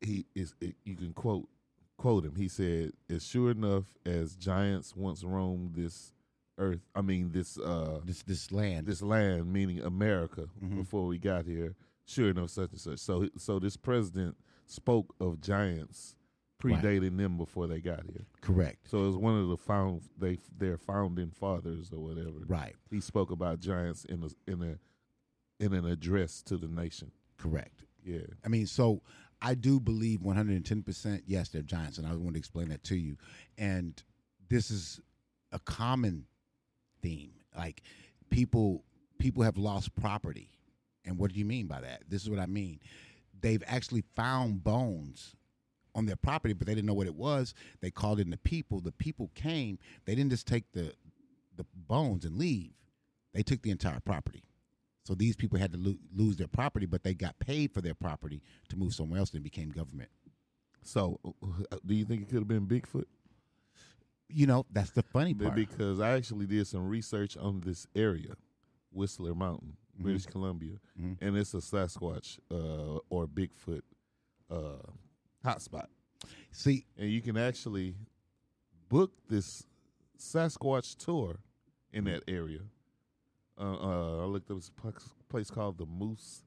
he is it, you can quote quote him. He said, "As sure enough as giants once roamed this earth, I mean this uh
This this land.
this land, meaning America,
Mhm.
before we got here. Sure enough, such and such. So, so this president spoke of giants
Right.
predating them before they got here.
Correct.
So it was one of the found they their founding fathers or whatever.
Right.
He spoke about giants in a in a in an address to the nation.
Correct.
Yeah,
I mean, so I do believe 110%, yes, they're giants, and I want to explain that to you. And this is a common theme. Like people people have lost property. And what do you mean by that? This is what I mean. They've actually found bones on their property, but they didn't know what it was. They called in the people. The people came. They didn't just take the the bones and leave. They took the entire property. So these people had to lo- lose their property, but they got paid for their property to move somewhere else and became government.
So, uh, do you think it could have been Bigfoot?
You know, that's the funny
Be-
part.
Because I actually did some research on this area, Whistler Mountain, British Columbia,
Mhm.
and it's a Sasquatch uh, or Bigfoot uh, hotspot.
See,
And you can actually book this Sasquatch tour in that area. Uh, uh, I looked up this pla- place called the Moose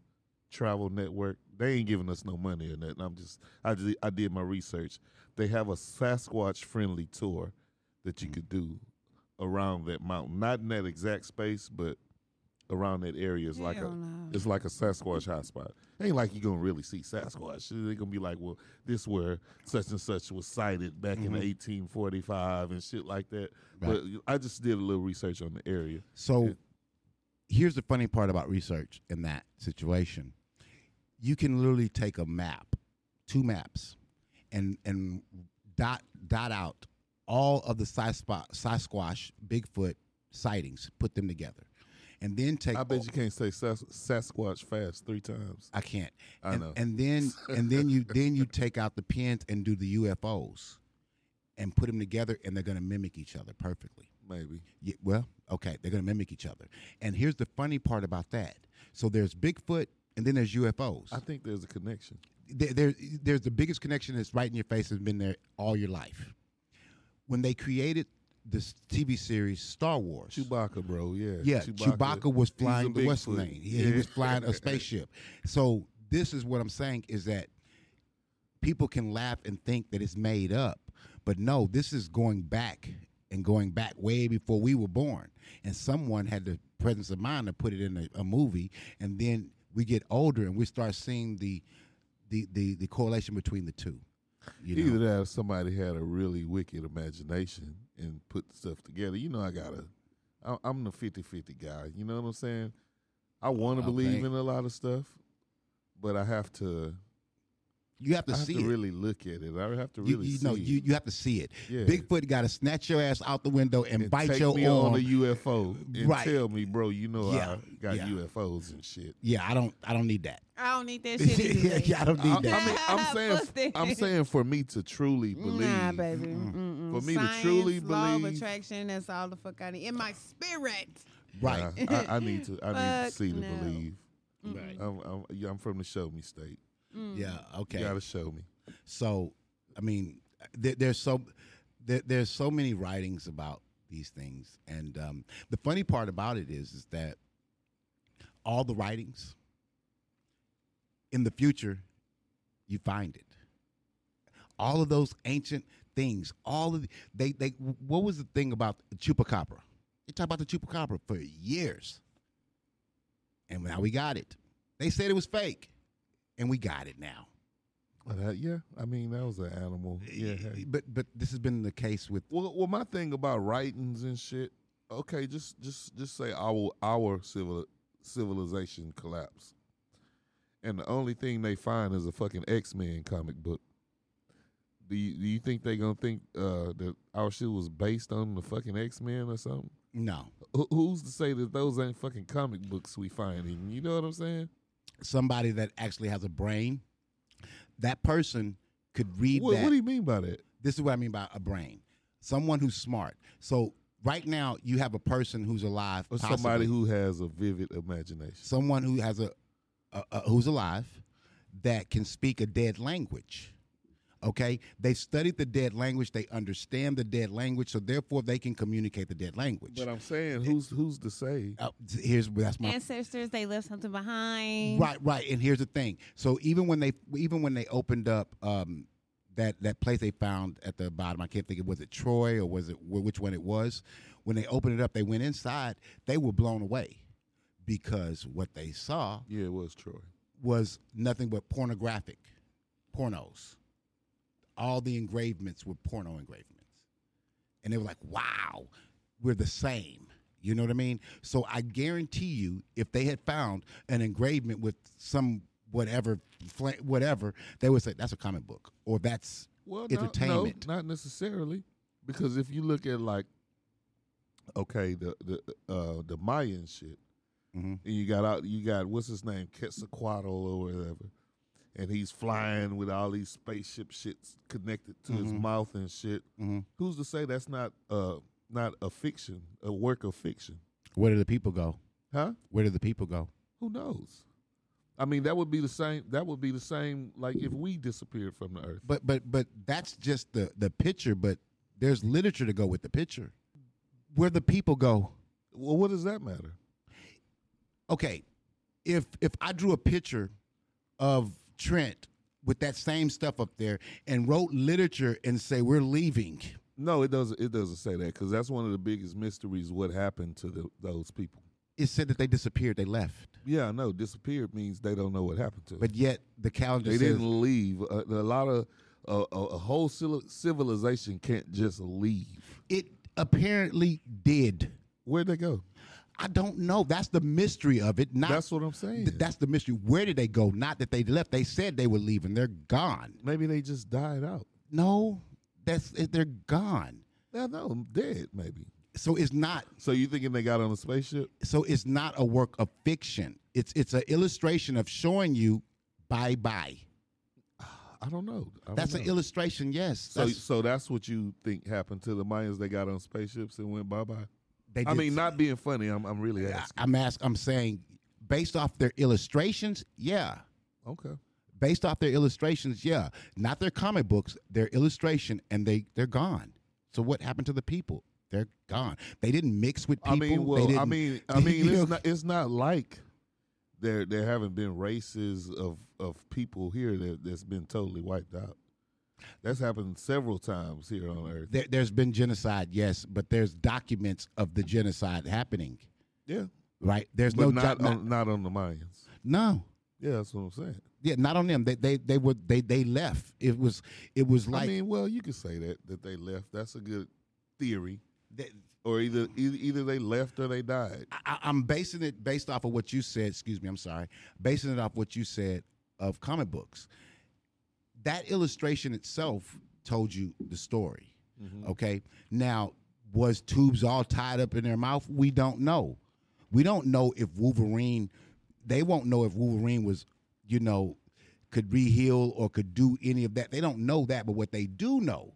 Travel Network. They ain't giving us no money or nothing. I'm just I did, I did my research. They have a Sasquatch friendly tour that you could do around that mountain, not in that exact space, but around that area is like a
Hell no.
it's like a Sasquatch hotspot. Ain't like you gonna really see Sasquatch. They gonna be like, well, this where such and such was sighted back
Mm-hmm.
in 1845 and shit like that. But I just did a little research on the area.
so
Yeah.
here's the funny part about research in that situation. You can literally take a map, two maps, and and dot dot out all of the Sasquatch, Sasquatch Bigfoot sightings, put them together, and then take.
I bet
all-
you can't say Sas- Sasquatch fast three times.
I can't.
I
and,
know.
and then and then you then you take out the pins and do the UFOs, and put them together, and they're going to mimic each other perfectly.
Maybe
Yeah, well, okay, they're going to mimic each other. And here's the funny part about that. So there's Bigfoot, and then there's UFOs.
I think there's a connection.
There, there, there's the biggest connection that's right in your face has been there all your life. When they created this TV series Star Wars,
Chewbacca, bro. Yeah.
yeah, Chewbacca, was
He's a
flying the West
Bigfoot.
Wing. Yeah, he was flying a spaceship. So this is what I'm saying is that people can laugh and think that it's made up, but no, this is going back and going back way before we were born. And someone had the presence of mind to put it in a, a movie, and then we get older and we start seeing the the the, the correlation between the two. You know?
Either that or somebody had a really wicked imagination and put stuff together. You know, I gotta, I, I'm the 50 50 guy. You know what I'm saying? I want to believe
Okay.
in a lot of stuff, but I have to,
You have to
I have
see
to
it.
really look at it. I have to
you,
really
you
see
know,
it.
you, you have to see it.
Yeah.
Bigfoot got to snatch your ass out the window and,
And
bite
take
your
me
arm.
on a UFO and
Right.
tell me, bro, you know
Yeah,
I got
yeah.
UFOs and shit.
Yeah, I don't. I don't need that.
I don't need that shit.
yeah,
anyway.
yeah, I don't
I, I
need
mean,
that.
I'm saying,
Pussy.
I'm saying for me to truly believe.
Nah, baby. Mm-mm.
For me to
Science,
truly
law of
believe-
attraction. That's all the fuck I need in my spirit.
Right.
Yeah, I, I need to. I need to
Fuck
see to
no.
believe.
Right.
I'm, I'm, yeah, I'm from the show me state.
Mm.
Yeah. Okay.
You gotta show me.
So, I mean, there, there's so there, there's so many writings about these things, and um, the funny part about it is, is that all the writings in the future, you find it. All of those ancient things, all of the, they they what was the thing about chupacabra? They talked about the chupacabra for years, and now we got it. They said it was fake, and we got it now.
But that, yeah, I mean that was an animal. Yeah. hey.
But but this has been the case with
Well, well, my thing about writings and shit. Okay, just just just say our our civil civilization collapse, and the only thing they find is a fucking X Men comic book. Do you, do you think they gonna think uh, that our shit was based on the fucking X Men or something?
no.
Who- Who's to say that those ain't fucking comic books we finding? You know what I'm saying?
somebody that actually has a brain, that person could read
What,
that.
what do you mean by that?
this is what I mean by a brain. Someone who's smart. So right now you have a person who's alive,
Or
possibly.
somebody who has a vivid imagination.
someone who has a, a, a who's alive that can speak a dead language okay they studied the dead language they understand the dead language so therefore they can communicate the dead language
But I'm saying, who's who's to say?
Uh, here's that's my
Ancestors, they left something behind.
right right and here's the thing so even when they even when they opened up um that that place they found at the bottom i can't think of was it troy or was it wh- which one it was when they opened it up they went inside they were blown away because what they saw
Yeah, it was Troy.
was nothing but pornographic pornos. All the engravements were porno engravements. And they were like, wow, we're the same. You know what I mean? So I guarantee you, if they had found an engravement with some whatever, fla- whatever, they would say, that's a comic book or that's
Well, no-
entertainment.
No, not necessarily, because if you look at like, okay, the the uh, the Mayan shit,
Mhm.
and you got out, you got what's his name, Quetzalcoatl or whatever, and he's flying with all these spaceship shits connected to his
Mhm.
mouth and shit.
Mhm.
Who's to say that's not uh not a fiction, a work of fiction,
Where do the people go?
huh?
Where do the people go?
Who knows? I mean, that would be the same. That would be the same. Like if we disappeared from the earth.
But but but that's just the the picture. But there's literature to go with the picture. Where the people go?
Well, what does that matter?
okay, if if I drew a picture of Trent with that same stuff up there and wrote literature and say we're leaving,
No, it doesn't. It doesn't say that because that's one of the biggest mysteries. What happened to the, those people?
it said that they disappeared, they left.
Yeah, I know. Disappeared means they don't know what happened to. them.
But yet the calendar
they
says
didn't leave. A, a lot of a, a, a whole civil- civilization can't just leave.
it apparently did.
Where'd they go?
I don't know. That's the mystery of it. Not
that's what I'm saying.
th- that's the mystery. Where did they go? Not that they left. They said they were leaving. They're gone.
maybe they just died out.
No, that's it. they're gone.
Yeah, no, I'm dead. Maybe.
So it's not
So you thinking they got on a spaceship?
so it's not a work of fiction. It's it's an illustration of showing you bye bye.
I don't know. I don't
That's an
know.
illustration, yes.
So,
That's-
so that's what you think happened to the Mayans? They got on spaceships and went bye bye.
they
I
did-
mean, not being funny. I'm, I'm really
I-
asking.
I'm ask, I'm saying based off their illustrations, yeah.
okay.
Based off their illustrations, yeah. Not their comic books, their illustration, and they they're gone. So what happened to the people? They're gone. They didn't mix with people.
I mean,
They
well, I
didn't-
mean, I
You
mean,
know?
it's not, it's not like there there haven't been races of of people here that that's been totally wiped out. That's happened several times here on Earth.
there, there's been genocide, yes, but there's documents of the genocide happening,
Yeah,
right? There's
but
no
not
doc-
on, not on the Mayans.
no.
Yeah, that's what I'm saying.
Yeah, not on them. They they they were they they left. It was it was like
I mean, well, you could say that that they left. That's a good theory.
they-
Or either either, either they left or they died.
I- I, I'm basing it based off of what you said. Excuse me, I'm sorry. Basing it off what you said of comic books. That illustration itself told you the story. Okay. Now, was tubes all tied up in their mouth? We don't know. We don't know if Wolverine. They won't know if Wolverine was, you know, could reheal or could do any of that. They don't know that. But what they do know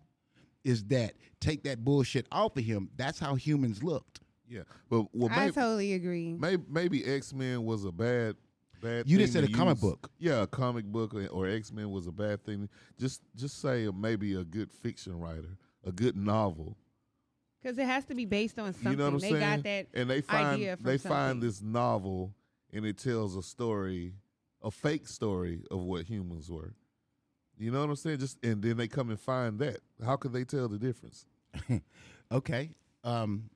is that take that bullshit off of him. That's how humans looked.
Yeah, but well,
I
maybe,
totally agree.
maybe, maybe X Men was a bad bad.
You
thing
just said
to
a comic
use.
book.
Yeah, a comic book or, or X Men was a bad thing. Just just say maybe a good fiction writer, a good novel.
Because it has to be based on something.
You know what I'm
they
saying?
got that.
and they find
idea from
they
something.
find this novel, and it tells a story, a fake story of what humans were. You know what I'm saying? Just and then they come and find that. How could they tell the difference?
Okay. Um,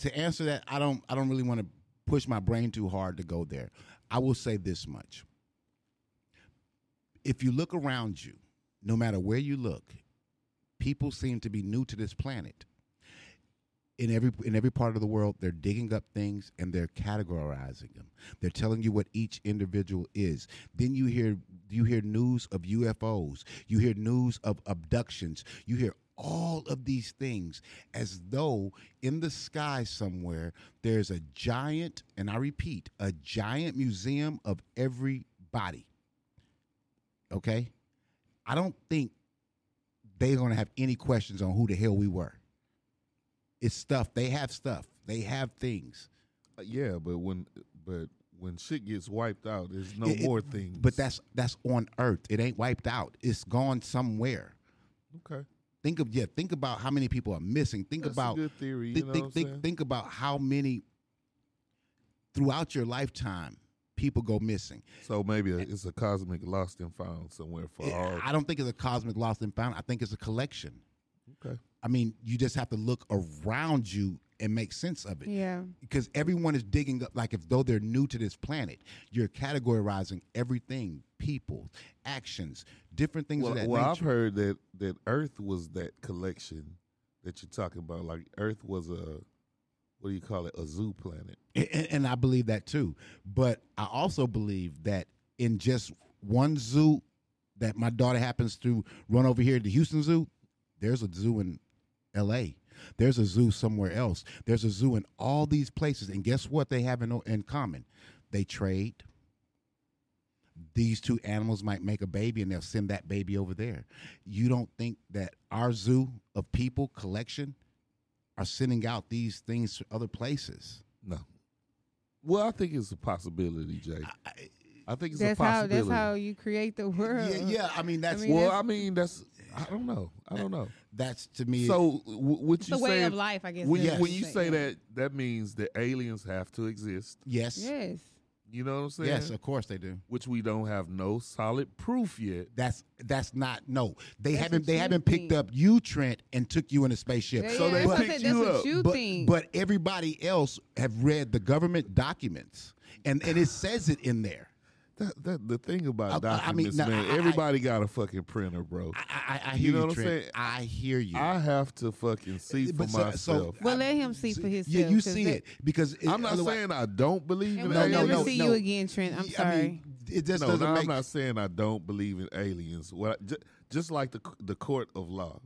to answer that, I don't. I don't really want to push my brain too hard to go there. I will say this much: if you look around you, no matter where you look, people seem to be new to this planet. In every in every part of the world, they're digging up things and they're categorizing them. They're telling you what each individual is. Then you hear you hear news of UFOs. You hear news of abductions. You hear all of these things as though in the sky somewhere there's a giant, and I repeat, a giant museum of everybody. Okay? I don't think they're going to have any questions on who the hell we were. It's stuff. They have stuff. They have things.
Uh, Yeah, but when but when shit gets wiped out, there's no
It- it-
more things.
But that's that's on Earth. It ain't wiped out. It's gone somewhere.
okay.
Think of yeah. Think about how many people are missing. Think
That's
about
a good theory. You
think,
know
think,
what I'm
think,
saying?
think about how many throughout your lifetime people go missing.
so maybe it's a cosmic lost and found somewhere for all.
I don't think it's a cosmic lost and found. I think it's a collection.
Okay.
I mean, you just have to look around you and make sense of it.
Yeah.
because everyone is digging up like if though they're new to this planet you're categorizing everything people actions different things
Well,
of that
well I've
nature
heard that that Earth was that collection that you're talking about. Like Earth was a what do you call it? A zoo planet.
A- and, and i believe that too but i also believe that in just one zoo that my daughter happens to run over here to the houston zoo there's a zoo in la there's a zoo somewhere else there's a zoo in all these places and guess what they have in, in common they trade these two animals might make a baby and they'll send that baby over there. You don't think that our zoo of people collection are sending out these things to other places?
No. Well, I think it's a possibility, Jay.
I-
I think it's
That's
a
how
possibility.
that's how you create the world.
yeah, yeah. I mean, that's
Mm-hmm. I
well,
mean,
I
that's-
mean, that's I don't know. I don't know.
that's to me.
So, w- what
It's
you
a way
say?
of life, I guess.
When,
is
Yes.
what
when you say
yeah.
that, that means that aliens have to exist.
yes,
Yes.
You know what I'm saying?
yes, of course they do.
Which we don't have no solid proof yet.
That's that's not no. They
That's
haven't
what
they
you
haven't
think.
picked up you Trent and took you in a spaceship.
Yeah,
So
yeah,
they
that's what I
picked
said, that's
you
what
up,
you
but,
think.
but everybody else have read the government documents, and and it says it in there.
That, that the thing about
I- I- I mean,
documents,
no,
man.
I- I-
everybody got a fucking printer, bro.
I, I, I
You
hear you,
know what I'm
Trent.
saying?
I hear you.
I have to fucking see for
But so- so-
myself.
well,
I-
let him see for himself.
yeah, you
'cause
see
that-
it because it,
I'm not
otherwise-
saying I don't believe
And
in
we'll
No, no,
never
no,
see
no.
you again, Trent. I'm
I
sorry.
mean, it just
no,
doesn't
no,
make
I'm not saying I don't believe in aliens. What I, just, just like the c- the court of law,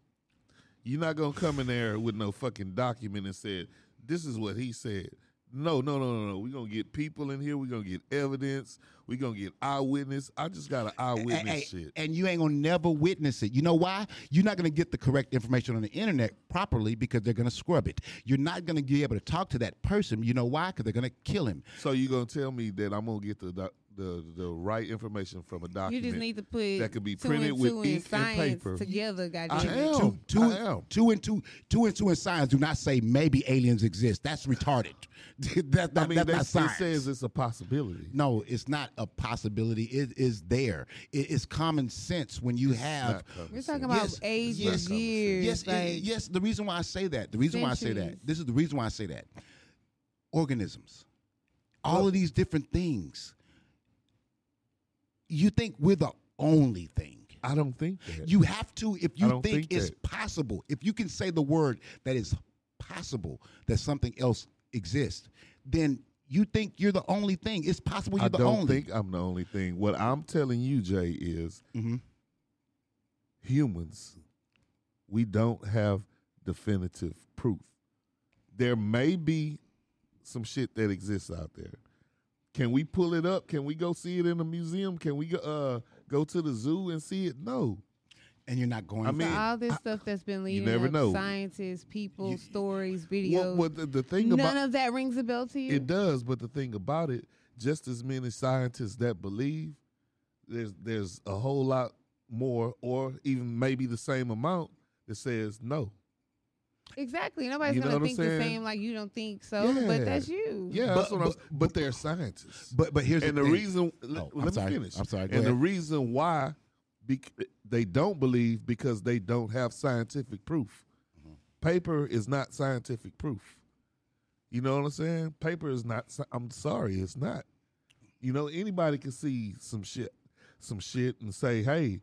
you're not gonna come in there with no fucking document and said this is what he said. No, no, no, no, no. We're gonna get people in here. We're gonna get evidence. We're gonna get eyewitness. I just got an
Eh,
eyewitness
and, and-
shit.
and you ain't gonna never witness it. You know why? You're not gonna get the correct information on the internet properly because they're gonna scrub it. You're not gonna be able to talk to that person. You know why? Because they're gonna kill him.
so you're gonna tell me that I'm gonna get the doc- the the right information from a
You
document?
just need to put
that could be
two
printed
and
with
two
ink
and
and
science
paper.
together.
I
Goddamn. it.
am.
Two, two,
I am.
two and two, two and two in science do not say maybe aliens exist. That's retarded. that, that,
I mean,
that's not
that's, it
science.
says it's a possibility.
No, it's not a possibility. It is there. It is common sense when you have.
Not common
We're
sense.
talking about
Yes,
ages,
yes, I'm
years.
Yes, it-
like,
yes. The reason why I say that. The reason why I say
Centuries.
that. This is the reason why I say that. Organisms, all of these different things. You think we're the only thing.
I don't think that.
You have to, if you
don't
think,
think
it's
that.
possible, if you can say the word that is possible that something else exists, then you think you're the only thing. It's possible you're
I
the
don't
only.
think I'm the only thing. What I'm telling you, Jay, is
Mhm.
humans, we don't have definitive proof. There may be some shit that exists out there. Can we pull it up? Can we go see it in a museum? Can we go, uh, go to the zoo and see it? No.
and you're not going.
I
to.
mean,
so all this stuff that's been leading
never
up,
know.
scientists, people,
You-
stories, videos.
Well, well, the, the thing
none
about
of that rings a bell to you.
It does, but the thing about it, just as many scientists that believe, there's there's a whole lot more, or even maybe the same amount that says no.
exactly. Nobody's
You know
gonna
what I'm
think
saying?
the same like you don't think so,
Yeah.
but that's you.
Yeah,
But-
that's what I'm,
but-
but they're scientists.
but but here's
and
the,
the
thing.
reason, le-
Oh, I'm
let me
sorry.
finish.
I'm sorry. Go
And the
ahead.
reason why bec- they don't believe because they don't have scientific proof.
Mm-hmm.
Paper is not scientific proof. You know what I'm saying? Paper is not. sci- I'm sorry, it's not. You know, anybody can see some shit, some shit, and say, "Hey,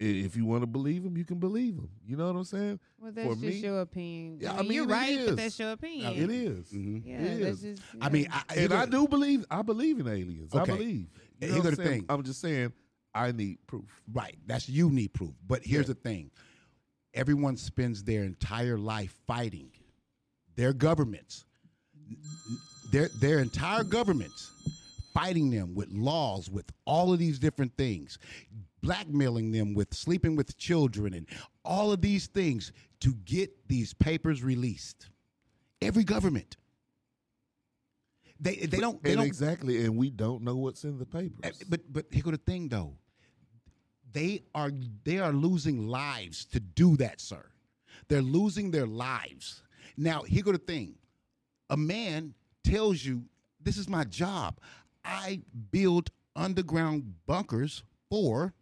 i- if you want to believe them, you can believe them." You know what I'm saying?
Well, that's
For
just
me-
your opinion.
Yeah, I
mean, you're
mean, it
right,
is.
but that's your opinion.
It is.
Mhm.
Yeah,
it
that's
is.
just.
I mean, I,
And I
do.
do believe. I believe in aliens. I
Okay.
believe. You
And
know
here
what I'm
go the
saying?
thing.
I'm just saying. I need proof.
Right. That's you need proof. But here's the thing. Everyone spends their entire life fighting their governments, their their entire governments, fighting them with laws, with all of these different things, blackmailing them with sleeping with children and all of these things to get these papers released. Every government. They they don't they
and
don't
exactly, and we don't know what's in the
uh,
papers.
But but here go the thing though. They are they are losing lives to do that, sir. They're losing their lives. Now here go the thing. A man tells you, "This is my job. I build underground bunkers for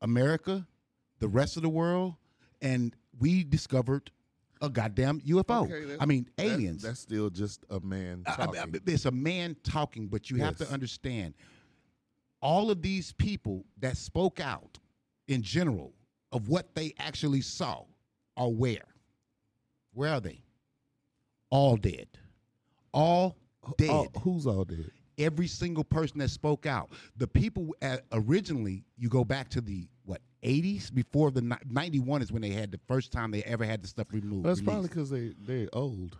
America, the rest of the world, and we discovered a goddamn UFO.
Okay, that's-
I mean,
That's-
aliens. Uh,
That's, still just a man
I- I-
talking.
I- it's a man talking, but you have
Yes.
to understand all of these people that spoke out in general of what they actually saw are where? Where are they? All dead. All dead.
Oh, who's all dead?
Every single person that spoke out. The people at, originally, you go back to the what? 80s before the ni- 91 is when they had the first time they ever had the stuff removed.
That's probably
released.
because they they old.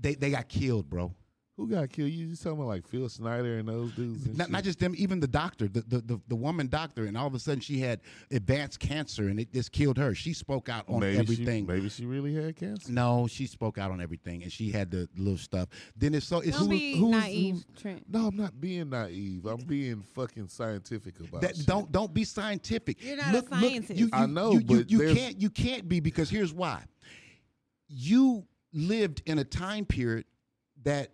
they they got killed, bro.
Who got killed? You just talking about like Phil Snyder and those dudes? And
not,
shit?
not just them, even the doctor, the, the, the, the woman doctor, and all of a sudden she had advanced cancer and it just killed her. She spoke out on
maybe
everything.
She, maybe she really had cancer.
no, she spoke out on everything and she had the little stuff. Then it's so it's
Don't be
who's-
naive,
who's-
Trent.
No, I'm not being naive. I'm being fucking scientific about
that
shit.
don't don't be scientific.
You're not a
look, look,
scientist.
you, you,
I know,
you, you-
but
you
there's-
can't you can't be because here's why. You lived in a time period that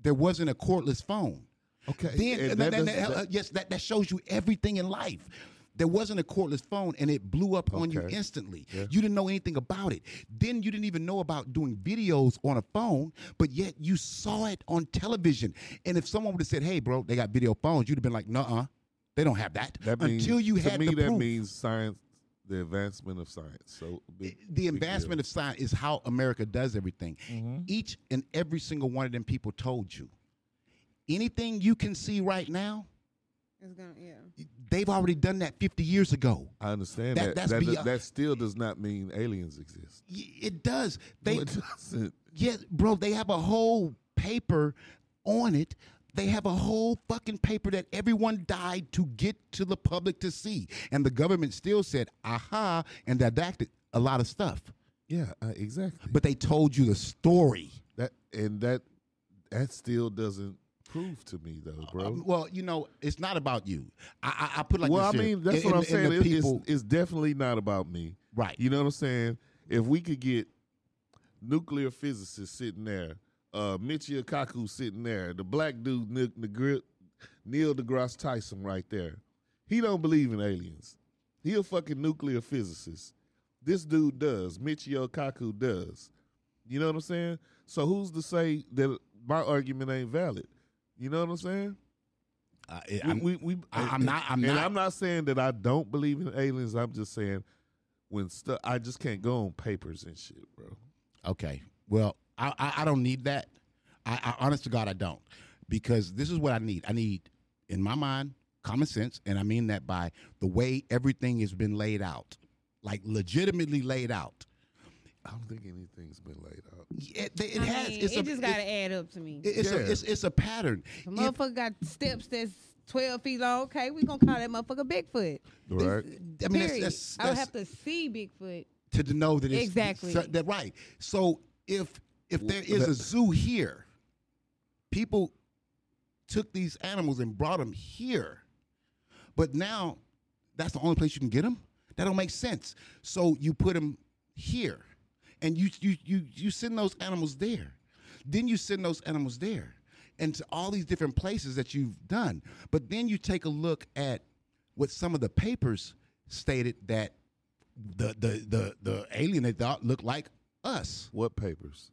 there wasn't a cordless phone.
Okay,
Then and
and that
that-
doesn't-
that-
that-
uh, yes, that, that shows you everything in life. There wasn't a cordless phone, and it blew up on you
Okay.
instantly.
Yeah.
You didn't know anything about it. Then you didn't even know about doing videos on a phone, but yet you saw it on television. And if someone would have said, "Hey, bro, they got video phones," you'd have been like, "Nuh-uh, they don't have that."
That means,
Until you
to
had
me,
the
that
proof.
means science, the advancement of science. So big-
Eh, the
big
advancement of
deal.
science is how America does everything.
Mm-hmm.
Each and every single one of them people told you anything you can see right now,
It's gonna, yeah.
they've already done that 50 years ago.
I understand
that-
that.
that's
that, does-
beyond-
that still does not mean aliens exist.
Y- It does. They
No, it doesn't.
yeah, bro. They have a whole paper on it. They have a whole fucking paper that everyone died to get to the public to see, and the government still said aha and deducted a lot of stuff.
Yeah, uh, exactly.
But they told you the story.
that and that that still doesn't prove to me though, bro.
Um, well, you know, it's not about you. I, I, I put it like
well, I
this here.
mean, that's
In-
what
in
I'm
the- in
saying.
the
It- it's-
people,
it's, definitely not about me.
right?
You know what I'm saying? If we could get nuclear physicists sitting there, uh, Michio Kaku sitting there, the black dude Neil, Negri- Neil deGrasse Tyson right there, he don't believe in aliens. He a fucking nuclear physicist. This dude does. Michio Kaku does. You know what I'm saying? So who's to say that my argument ain't valid? You know what I'm saying?
Uh,
We-
I'm,
we- we-
I- I'm not- I'm
and
not-
I'm not saying that I don't believe in aliens. I'm just saying when stuff, I just can't go on papers and shit, bro.
Okay. Well, I, I, I don't need that. I, I honest to God, I don't, because this is what I need. I need, in my mind, common sense, and I mean that by the way everything has been laid out, like legitimately laid out.
I don't think anything's been laid out.
It, it
I
has.
mean,
it's
it
a,
just gotta add up to me.
it- it's,
Yeah.
a, it's, it's a pattern.
the
If-
motherfucker got steps that's twelve feet long. Okay, we gonna call that motherfucker Bigfoot.
Right?
I mean, that's,
Period.
that's,
I would
that's-
have to see Bigfoot.
to d- know that it's
Exactly.
so- that right. So if if there
Well,
is
that-
a zoo here, people took these animals and brought them here, but now that's the only place you can get them. That don't make sense. So you put them here, and you you you you send those animals there, then you send those animals there, and to all these different places that you've done. But then you take a look at what some of the papers stated that the the the the alien they thought looked like us.
What papers?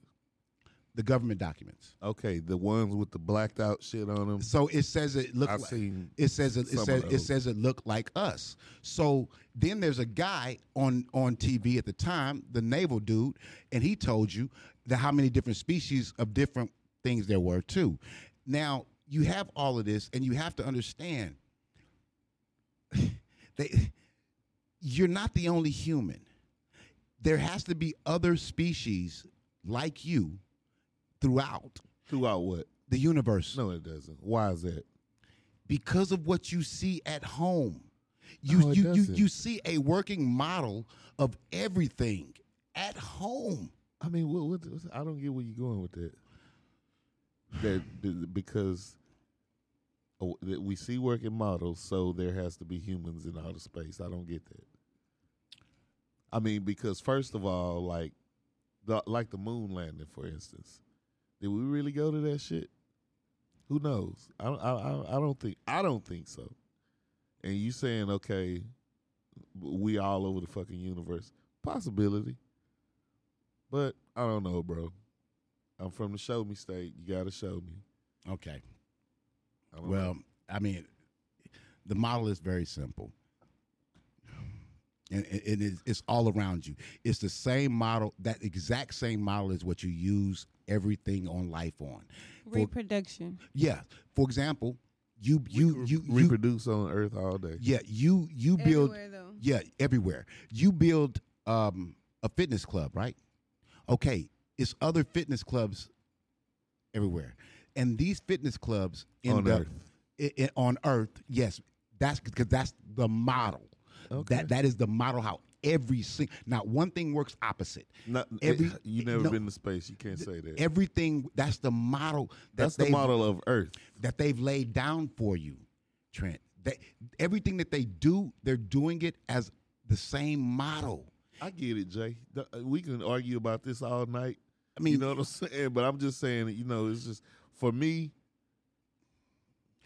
The government documents.
Okay, the ones with the blacked out shit on them.
So it says it looked
I've
like
seen
it says it, it
some of
says it
those.
says it looked like us. So then there's a guy on on TV at the time, the naval dude, and he told you that how many different species of different things there were too. Now you have all of this, and you have to understand they you're not the only human. there has to be other species like you throughout
Throughout what?
the universe
No, it doesn't. Why is that?
because of what you see at home. You,
No, it
you, you,
doesn't.
you see a working model of everything at home.
I mean, what, what, what's- I don't get where you're going with that. That b- because oh, that we see working models, so there has to be humans in outer space. I don't get that. I mean, because first of all, like the like the moon landing, for instance, did we really go to that shit? Who knows? I don't- I I, I don't think I don't think so. And you saying okay, we all over the fucking universe? Possibility. But I don't know, bro. I'm from the show me state. You gotta show me.
Okay.
I don't
Well,
know.
I mean, the model is very simple, and, and- and it's, it's all around you. It's the same model. That exact same model is what you use everything on life on. For,
Reproduction.
yeah. For example, you you you, you,
reproduce on Earth all day.
yeah you you build
Everywhere though.
yeah everywhere you build um, a fitness club right? Okay, it's other fitness clubs everywhere, and these fitness clubs end
On
up
Earth.
i i on Earth, yes, that's because that's the model.
Okay.
That that is the model how every single not one thing works opposite.
Not, eh,
every-
you never
no.
been to space. You can't say that.
Everything that's the model. That
That's the
they've-
model of Earth.
that they've laid down for you, Trent. That everything that they do, they're doing it as the same model.
I get it, Jay. Th- We can argue about this all night.
I mean,
you know what I'm saying? But I'm just saying, you know, it's just for me.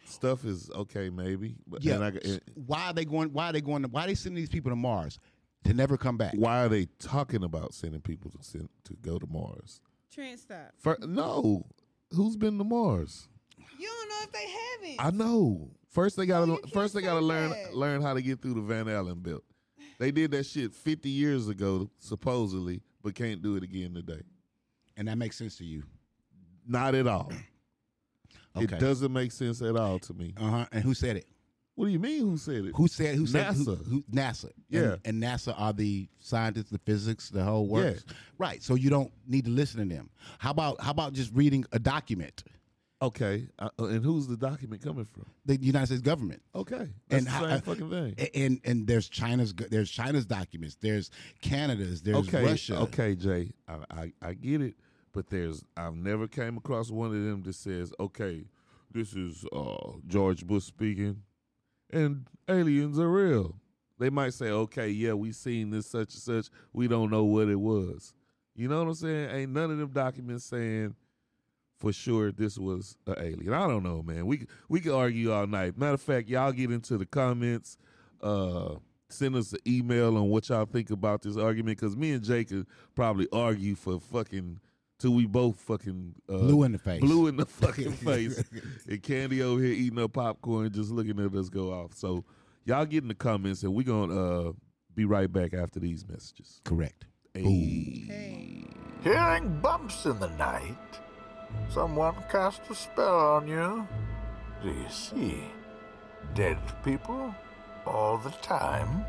Stuff is okay, maybe. But
yeah.
and I, and
why are they going? Why are they going? Why are they sending these people to Mars to never come back?
why are they talking about sending people to send, to go to Mars?
Trent stop.
Fir- no, who's been to Mars?
You don't know if they
I know. First they gotta
you can't
first they gotta
say
learn
that.
learn how to get through the Van Allen belt. They did that shit fifty years ago, supposedly, but can't do it again today.
And that makes sense to you,
Not at all.
Okay.
It doesn't make sense at all to me.
uh huh? And who said it?
What do you mean? Who said it?
Who said who said who-
NASA.
who- NASA. And-
Yeah.
And, NASA are the scientists, the physics, the whole works.
Yeah.
Right. So you don't need to listen to them. How about how about just reading a document?
Okay, uh, uh, and who's the document coming from?
The United States government.
Okay, that's
how- uh,
the same
I-
fucking thing.
a- And and there's China's go- there's China's documents. There's Canada's. There's
okay,
Russia.
okay, Jay, I, I I get it, but there's I've never came across one of them that says, okay, this is uh, George Bush speaking, and aliens are real. They might say, okay, yeah, we seen this such and such. We don't know what it was. You know what I'm saying? Ain't none of them documents saying for sure this was an alien. I don't know, man. We we could argue all night. Matter of fact, y'all get into the comments. Uh, send us an email on what y'all think about this argument because me and Jay could probably argue for fucking till we both fucking uh,
Blue in the face.
blue in the fucking face, and Candy over here eating her popcorn, just looking at us go off. So y'all get in the comments, and we gonna uh, be right back after these messages.
Correct.
haven't.
Hearing bumps in the night? Someone cast a spell on you? Do you see? Dead people? All the time?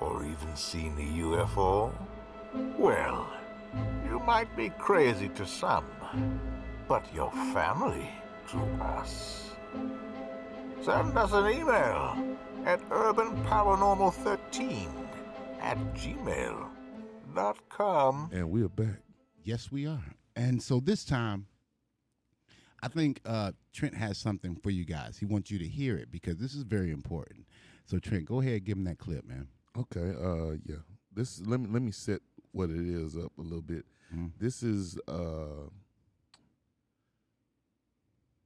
Or even seen a UFO? Well, you might be crazy to some, but your family to us. Send us an email at urbanparanormal13 at gmail.com.
And we're back.
Yes, we are. And so this time, I think uh, Trent has something for you guys. He wants you to hear it because this is very important. So Trent, go ahead, give him that clip, man.
Okay, uh yeah. This let me let me set what it is up a little bit.
Mhm.
This is uh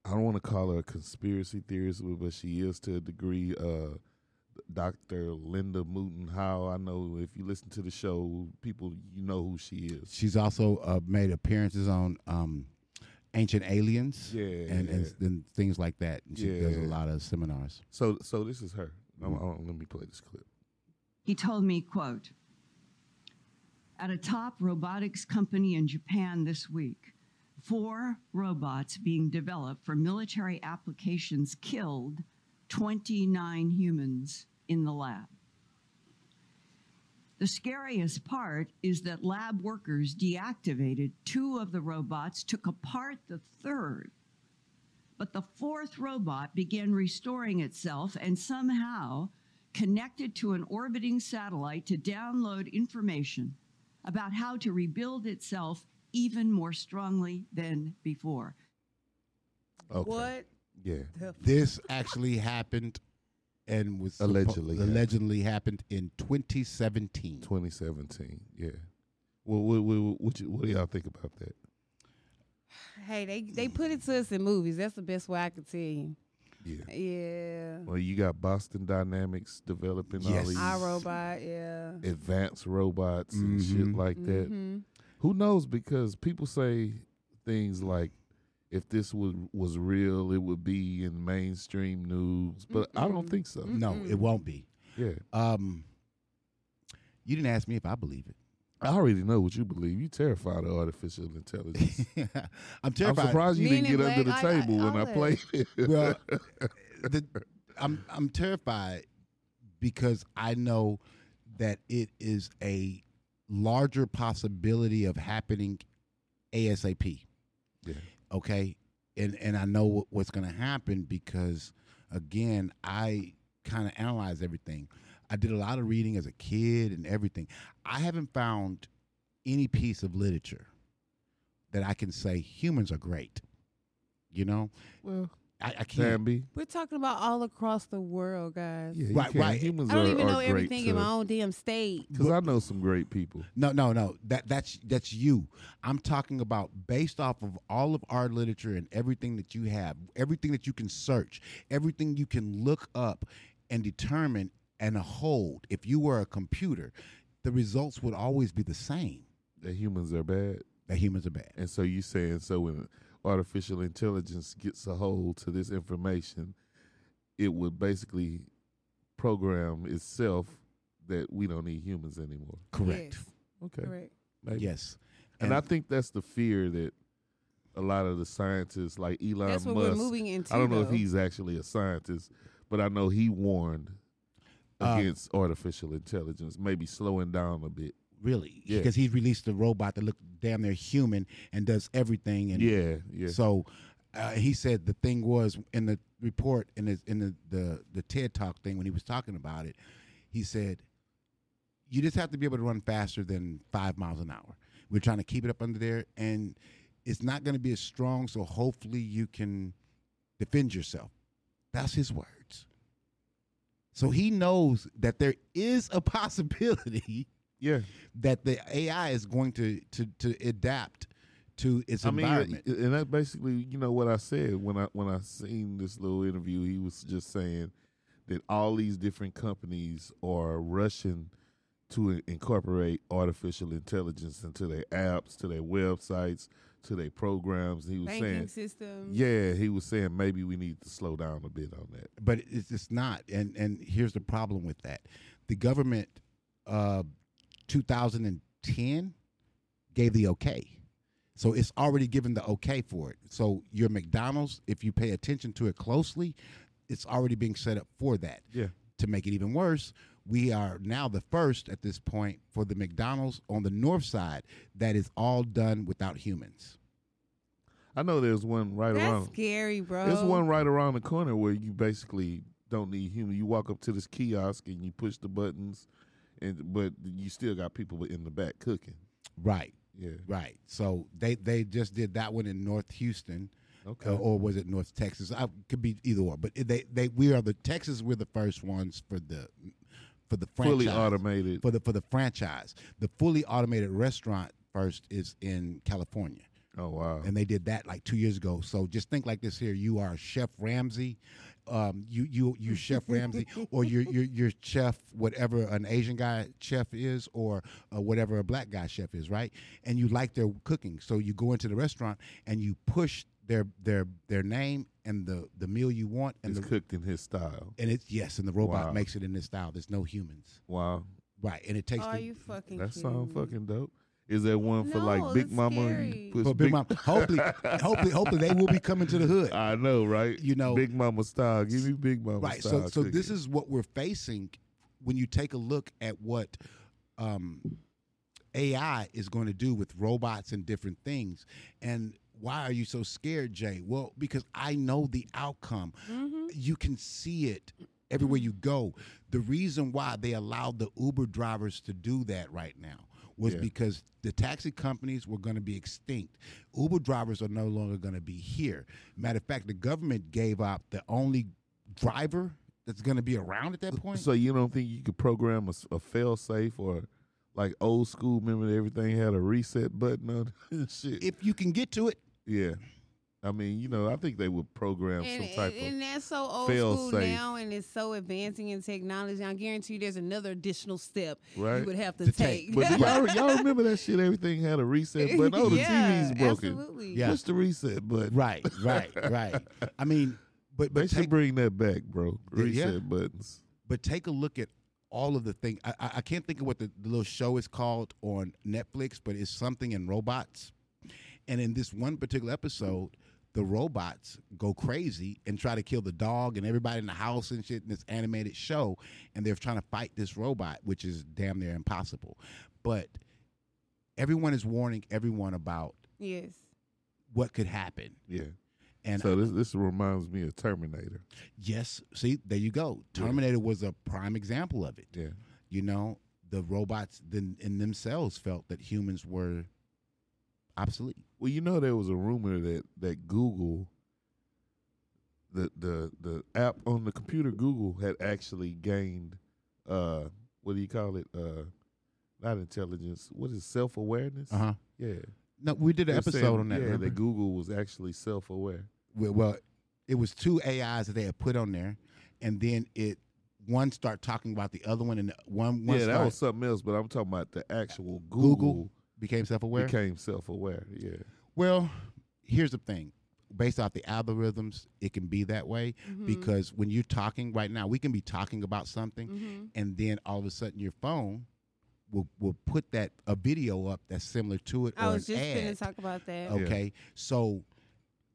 I don't want to call her a conspiracy theorist, but but she is to a degree. Uh, Dr. Linda Mouton Howe. I know if you listen to the show, people you know who she is.
She's also uh, made appearances on um, Ancient Aliens,
Yeah,
and, and, s- and things like that. And she does a
Yeah.
lot of seminars.
So, so this is her. I'm, I'm, let me play this clip.
He told me, quote, at a top robotics company in Japan this week, four robots being developed for military applications killed 29 humans in the lab. The The scariest part is that lab workers deactivated two of the robots, took apart the third, but the fourth robot began restoring itself and somehow connected to an orbiting satellite to download information about how to rebuild itself even more strongly than before.
Okay.
What?
Yeah.
the
This actually happened and was suppo-
Allegedly happened.
allegedly happened in 2017.
2017. Yeah. Well, what, what, what, you, what do y'all think about that?
Hey, they they put it to us in movies. That's the best way I could tell you.
Yeah.
Yeah.
Well, you got Boston Dynamics developing all
Yes.
these
I robot. Yeah.
advanced robots and shit
Mhm.
like that.
Mhm.
Who knows? Because people say things like, if this would, was real, it would be in mainstream news. But I don't think so.
No, it won't be.
Yeah.
Um, you didn't ask me if I believe
I already know what you believe. You terrified of artificial intelligence.
it. I'm
I'm
terrified.
surprised you didn't
Men in
get under the
black, I- I-
table when
all
I
that.
played it.
Well, the, I'm I'm terrified because I know that it is a larger possibility of happening ASAP.
Yeah.
Okay. And and I know what, what's going to happen because again, I kind of analyze everything. I did a lot of reading as a kid and everything. I haven't found any piece of literature that I can say humans are great. You know,
Well,
I, I can't.
Zambi.
We're talking about all across the world, guys.
Yeah, you
Right,
can.
right.
Humans
I don't
are,
even
are
know
great
everything in
too.
my own damn state.
Because I know some great people.
No, no, no. That that's that's you. I'm talking about based off of all of our literature and everything that you have, everything that you can search, everything you can look up and determine and hold. If you were a computer, the results would always be the same.
That humans are bad,
That humans are bad.
and so you saying so when artificial intelligence gets a hold to this information, it would basically program itself that we don't need humans anymore.
Correct.
Yes,
Okay,
correct.
Yes.
maybe. and, I think that's the fear that a lot of the scientists, like Elon
That's what
Musk,
we're moving into.
I don't know if
though.
he's actually a scientist, but I know he warned
Uh,
against artificial intelligence, maybe slowing down a bit.
really,
Yeah.
because he's released a robot that looked damn near human and does everything and
Yeah, yeah.
So uh, he said the thing was in the report in the in the, the the TED Talk thing when he was talking about it, he said you just have to be able to run faster than five miles an hour. We're trying to keep it up under there, and it's not going to be as strong. So hopefully you can defend yourself. That's his words. So he knows that there is a possibility
yeah.
that the AI is going to to to adapt to its environment.
I- and that's basically you know what I said when I when I seen this little interview. He was just saying that all these different companies are rushing to in- incorporate artificial intelligence into their apps, to their websites, to their programs. And he was
banking
saying,
system.
yeah, he was saying maybe we need to slow down a bit on that.
but it's, it's not and and here's the problem with that the government uh 2010 gave the okay so it's already given the okay for it so your mcdonald's if you pay attention to it closely it's already being set up for that
Yeah.
to make it even worse we are now the first at this point for the mcdonald's on the north side that is all done without humans
I know there's one right
That's
around.
scary, bro.
There's one right around the corner where you basically don't need human. You walk up to this kiosk and you push the buttons, and but you still got people in the back cooking.
right
Yeah.
right so they they just did that one in north houston
Okay.
Uh, or was it North Texas? I could be either or, but they they we are the Texas. We're the first ones for the for the franchise
Fully automated.
for the for the franchise. The fully automated restaurant first is in California,
oh wow.
and they did that like two years ago. So just think like this: here you are Chef Ramsey, um, you you you Chef Ramsey, or your your your chef whatever an Asian guy chef is, or uh, whatever a black guy chef is, right? And you like their cooking, so you go into the restaurant and you push their their their name and the the meal you want, and
it's
the
cooked in his style.
and it's yes, and the robot
Wow.
makes it in this style. There's no humans,
Wow.
right? And it takes
Oh, Are
the,
you fucking
That
kidding
sounds
me?
fucking dope. Is there one for
No,
like Big
that's
Mama? You
scary.
push
for Big Mom. Hopefully, hopefully, hopefully they will be coming to the hood.
I know, right?
You know-
Big Mama style. Give me Big Mama
right
style.
so so this
cooking.
is what we're facing when you take a look at what um, AI is going to do with robots and different things. And why are you so scared, Jay? Well, because I know the outcome.
Mm-hmm.
You can see it everywhere you go. The reason why they allowed the Uber drivers to do that right now was because the taxi companies were going to be extinct. Uber drivers are no longer going to be here. Matter of fact, the government gave up the only driver that's going to be around at that point.
So you don't think you could program a, s- a fail safe or like old school? Remember, everything had a reset button on it? shit.
if you can get to it,
yeah, I mean, you know, I think they would program
And,
some type
and- and
of.
that's so old
fail
school
safe.
now, and it's so advancing in technology. I guarantee you, there's another additional step
Right.
you would have to,
To take.
take.
But do y'all, y'all remember that shit? Everything had a reset button. Oh, the
yeah,
TV's broken.
Absolutely.
Yeah.
What's the reset button?
right, right, right. I mean, but
They
but
should
take,
bring that back, bro.
Yeah, yeah.
Reset buttons.
but take a look at all of the things. I, I I can't think of what the, the little show is called on Netflix, but it's something in robots. And in this one particular episode, the robots go crazy and try to kill the dog and everybody in the house and shit in this animated show. And they're trying to fight this robot, which is damn near impossible. But everyone is warning everyone about
Yes.
what could happen.
Yeah.
And uh,
so this this reminds me of Terminator.
Yes. See, there you go. Terminator was a prime example of it.
Yeah.
You know, the robots then in themselves felt that humans were obsolete.
Well, you know there was a rumor that that Google, the the the app on the computer Google had actually gained, uh, what do you call it? Uh, not intelligence. What is self awareness?
Uh huh.
Yeah.
No, we did an
They're
episode
saying,
on that.
Uh-huh. Yeah,
remember?
that Google was actually self aware.
well, well, it was two AIs that they had put on there, and then it one start talking about the other one, and the one one
Yeah, that
start
was something else. But I'm talking about the actual Google,
Google became self aware.
became self aware. Yeah.
Well, here's the thing. Based off the algorithms, it can be that way
Mm-hmm. Hmm.
because when you're talking right now, we can be talking about something,
Mm-hmm.
and then all of a sudden your phone will will put that a video up that's similar to it
I
or
was
an
just going to
ad.
talk about that.
Yeah.
okay, so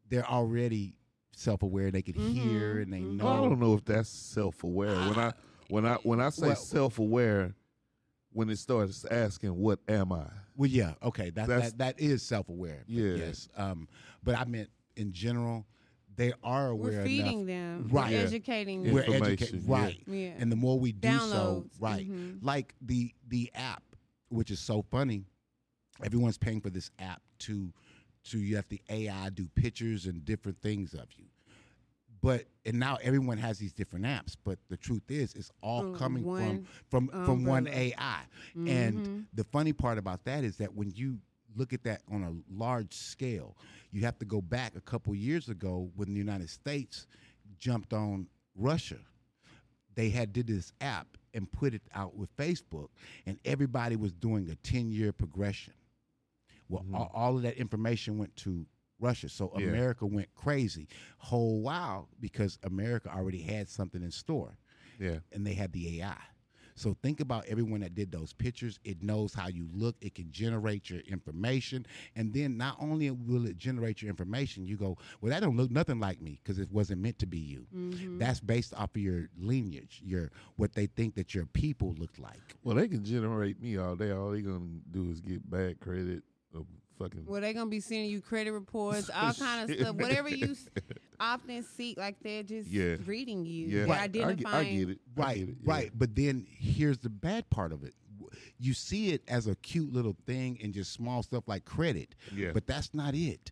they're already self-aware. They can
Mm-hmm.
hear and they know.
I don't know if that's self aware. When I when I when I say
Well-
self aware, when it starts asking, "What am I?"
Well, yeah, okay, that
That's-
that, that is self-aware. but
Yeah.
Yes. Um, but I meant in general, they are aware.
We're
enough-
feeding them.
Right.
We're
Yeah.
educating
Yeah.
them.
we're
information,
educated
yeah.
right
Yeah.
and the more we do so
Downloads,
right
mhm.
like the the app which is so funny everyone's paying for this app to to you have the ai do pictures and different things of you but and now everyone has these different apps but the truth is it's all
From
coming
one
from from from one
umbrella. Mm-hmm.
ai and the funny part about that is that when you look at that on a large scale you have to go back a couple years ago when the united states jumped on russia they had did this app and put it out with Facebook, and everybody was doing a ten year progression. Well, all, all of that information went to Russia, so
Yeah.
America went crazy whole while because America already had something in store,
Yeah.
and they had the AI. So think about everyone that did those pictures. It knows how you look. It can generate your information, and then not only will it generate your information, you go, "Well, that don't look nothing like me because it wasn't meant to be you." Mm-hmm.
Mm-hmm.
That's based off of your lineage, your what they think that your people look like.
Well, they can generate me all day. All they gonna do is get bad credit. Of fucking.
Well, they gonna be sending you credit reports, all kind of
Shit.
stuff, whatever you s- often seek. Like they're just
Yeah.
reading you,
yeah.
they're
I- I get-
identifying.
I, get, it. I
Right,
get it, yeah.
right. But then here's the bad part of it. W- You see it as a cute little thing and just small stuff like credit.
Yeah.
But that's not it.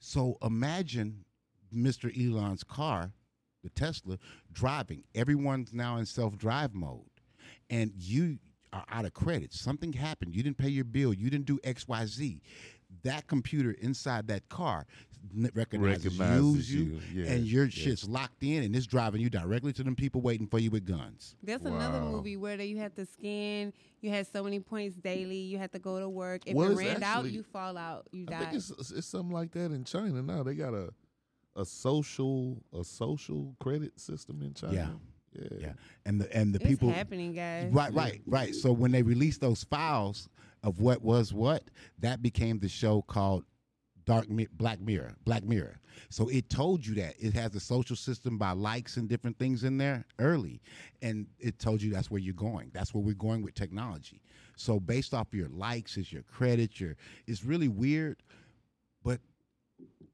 So imagine Mr. Elon's car, the Tesla, driving. Everyone's now in self drive mode. And you are out of credit. Something happened. You didn't pay your bill. You didn't do XYZ. That computer inside that car n- recognizes,
Recognizes
use you,
you, yeah,
and your
yeah.
shit's locked in and it's driving you directly to them people waiting for you with guns.
That's another
Wow.
movie where they- you had to scan. You had so many points daily. You had to go to work. If
Well,
it
it's
ran out,
actually-
you fall out. You
I think
die.
it's it's something like that in China now. They got a a social a social credit system in China. Yeah. Yeah.
Yeah. And the and the
It's
people
happening, guys.
Right, right, right. So when they released those files of what was what, that became the show called Dark Mi- Black Mirror, Black Mirror. So it told you that it has a social system by likes and different things in there early, and it told you that's where you're going. That's where we're going with technology. So based off your likes is your credit. Your it's really weird, but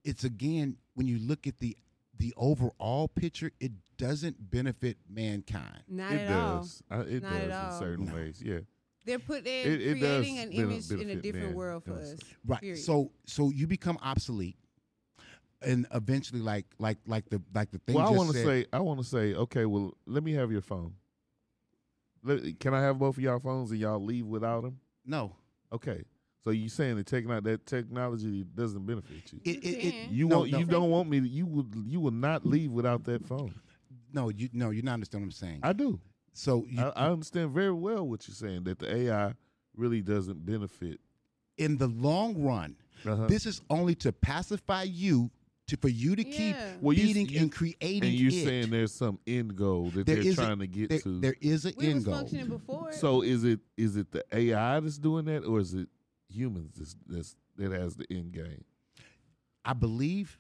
it's again when you look at the the overall picture, it doesn't benefit mankind.
Not
it
at all.
does. I, it
Not
does
at
in
all.
certain ways. Yeah.
They're put they're
It- it does
creating an
bene-
image in a
benefit
different
men.
world for
Yes.
us.
right
period.
so so you become obsolete and eventually like like like the like the thing
well, I
just
want to
said-
say, I want to say, okay, well, let me have your phone. Let, can I have both of y'all phones and y'all leave without them?
no
Okay. So you saying that taking out that technology doesn't benefit you?
it, it, it,
can.
you
no,
won't,
no,
you don't want me. To, you would. You will not leave without that phone.
no you no you're not understanding what i'm saying
I do.
so you,
I, I understand very well what you're saying. That the AI really doesn't benefit.
in the long run
Uh-huh.
this is only to pacify you to for you to keep
Yeah.
Well, you-
feeding
you-
and creating
and you're
it.
saying there's some end goal that
There
they're
is a-
trying to get
there,
to.
there is an
we
end
was
goal
functioning before.
So is it is it the AI that's doing that, or is it humans that's, that's that has the end game?
i believe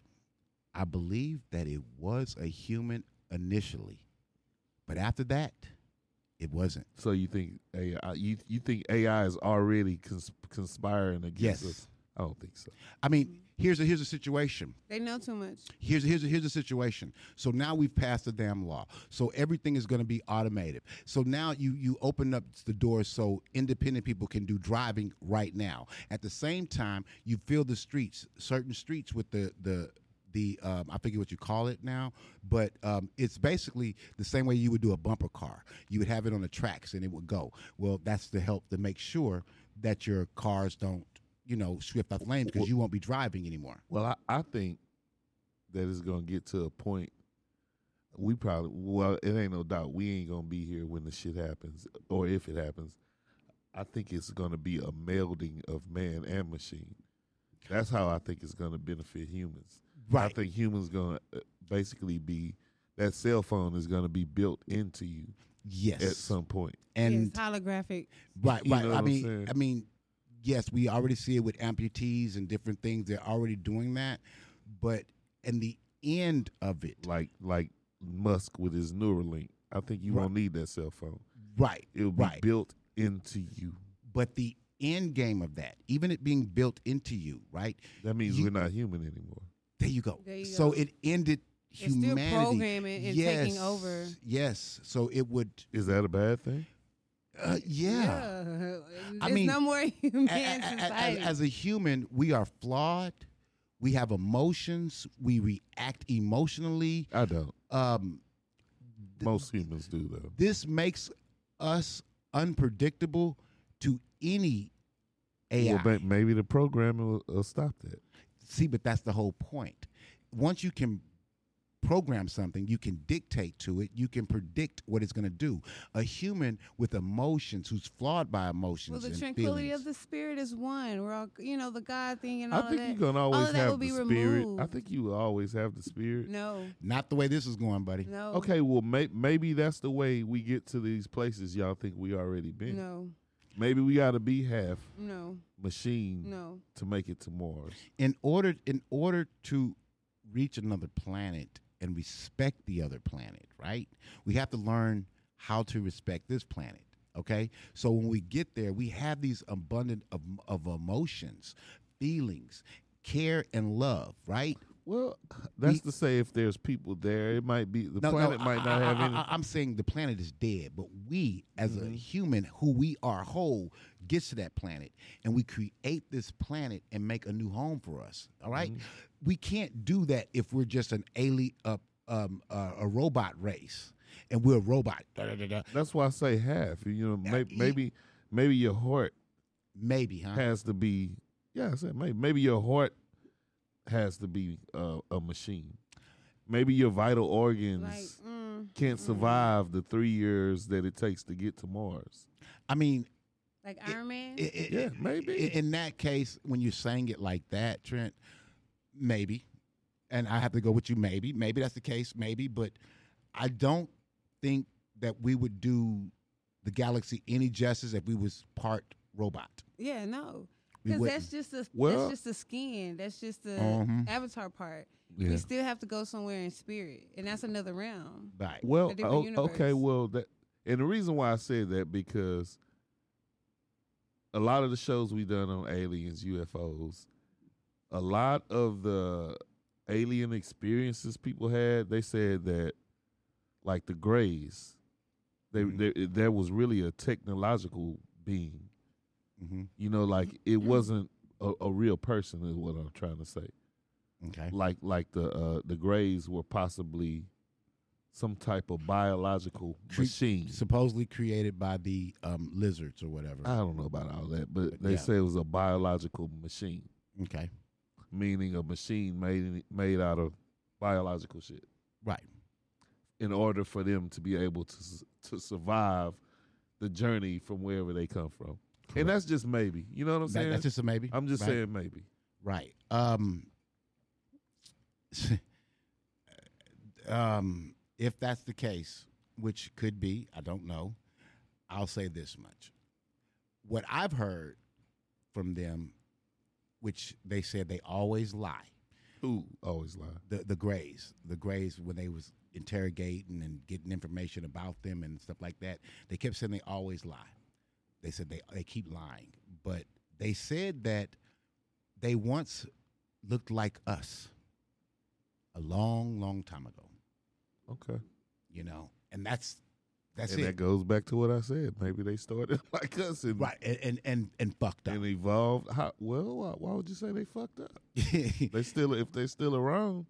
i believe that it was a human initially but after that it wasn't
So you think AI you you think AI is already cons- conspiring against
Yes.
us? I don't think so.
i mean here's a here's a situation
they know too much.
Here's here's here's the situation. So now we've passed the damn law. So everything is going to be automated. So now you you open up the door so independent people can do driving right now. At the same time, you fill the streets, certain streets with the the the um, I forget what you call it now, but um, it's basically the same way you would do a bumper car. You would have it on the tracks and it would go. Well, that's the help to make sure that your cars don't you know shift off lanes because you won't be driving anymore.
Well, I, I think that it's gonna get to a point. We probably well, it ain't no doubt we ain't gonna be here when the shit happens, or if it happens. I think it's gonna be a melding of man and machine. That's how I think it's gonna benefit humans. I
Right.
think humans gonna uh, basically be that cell phone is gonna be built into you
Yes.
at some point.
and
yes, holographic.
Right,
You
right.
know what
I
I'm
mean,
saying?
I mean, yes, we already see it with amputees and different things. They're already doing that, but in the end of it,
Like like Musk with his Neuralink. I think you won't need that cell phone.
right,
It'll be
right.
built into you.
But the end game of that, even it being built into you, right?
That means
You-
we're not human anymore.
There you go.
There you
so
go.
it ended
It's still
humanity.
programming and
yes,
taking over.
Yes. So it would.
Is that a bad thing?
Uh, yeah. I
I
mean,
mean, no more
A- a-
human
a-
society.
as, as a human, we are flawed. We have emotions. We react emotionally.
I don't.
Um, th-
Most humans do though.
this makes us unpredictable to any AI.
Well, ba- maybe the programming will, will stop that.
See, but that's the whole point. Once you can program something, you can dictate to it, you can predict what it's going to do. A human with emotions who's flawed by emotions
well, the
and
tranquility
feelings.
of the spirit is one. We're all, you know, the God thing and all
I think
of
you're
that.
gonna
all
always
of that
have
will be
the spirit. I
removed.
think you will always have the spirit.
no,
Not the way this is going, buddy.
no,
Okay, well, may- maybe that's the way we get to these places y'all think we already been.
no,
Maybe we got to be half
no,
machine
no.
to make it to Mars.
In order, in order to reach another planet and respect the other planet, right? We have to learn how to respect this planet. Okay, so when we get there, we have these abundant of, of emotions, feelings, care, and love. Right?
Well, that's to say, if there's people there, it might be the planet might
I-
not
I,
have any. Mm-hmm.
am saying the planet is dead, but we, as a human who we are whole, gets to that planet and we create this planet and make a new home for us. All right?
Mm-hmm.
we can't do that if we're just an alien, uh, um, uh, a robot race, and we're a robot. Da, da, da, da.
that's why I say half. You know, may-
he-
maybe maybe your heart
Maybe, huh?
has to be. Yeah, I said maybe maybe your heart has to be uh, a machine. Maybe your vital organs
Like, mm,
can't survive the three years that it takes to get to Mars.
I mean,
like Iron Man.
i- i-
Yeah,
i-
maybe.
i- In that case, when you're saying it like that, Trent, maybe, and I have to go with you. Maybe, maybe that's the case. Maybe, but I don't think that we would do the galaxy any justice if we was part robot.
yeah, no.
We
Because
wouldn't.
that's just the
Well-
that's just the skin. That's just the
Mhm.
avatar part.
Yeah.
We still have to go somewhere in spirit, and that's another realm.
right.
Well,
a different
o- okay,
universe.
well, that, and the reason why I said that because a lot of the shows we done on aliens, UFOs, a lot of the alien experiences people had, they said that, like the Greys, they, they there was really a technological being.
Mhm.
You know, like it wasn't a, a real person, is what I'm trying to say
Okay.
like like the uh, the Greys were possibly some type of biological
Cre-
machine.
Supposedly created by the um, lizards or whatever.
I don't know about all that, but they
Yeah.
say it was a biological machine,
okay.
meaning a machine made made out of biological shit.
Right.
In order for them to be able to s- to survive the journey from wherever they come from, and that's just maybe. You know what I'm
That-
saying?
that's just a maybe.
I'm just
right?
saying maybe.
Right. Um, um, if that's the case, which could be, I don't know, I'll say this much. What I've heard from them, which they said they always lie,
Who always lie?
the, the Grays, the Grays, when they was interrogating and getting information about them and stuff like that, they kept saying they always lie. They said they, they keep lying. But they said that they once looked like us a long, long time ago,
Okay,
you know? And that's, that's
and
it.
that goes back to what I said. Maybe they started like us and
right. And, and, and, and fucked up.
and evolved. How, well, why, why would you say they fucked up?
yeah.
They still, if they still around,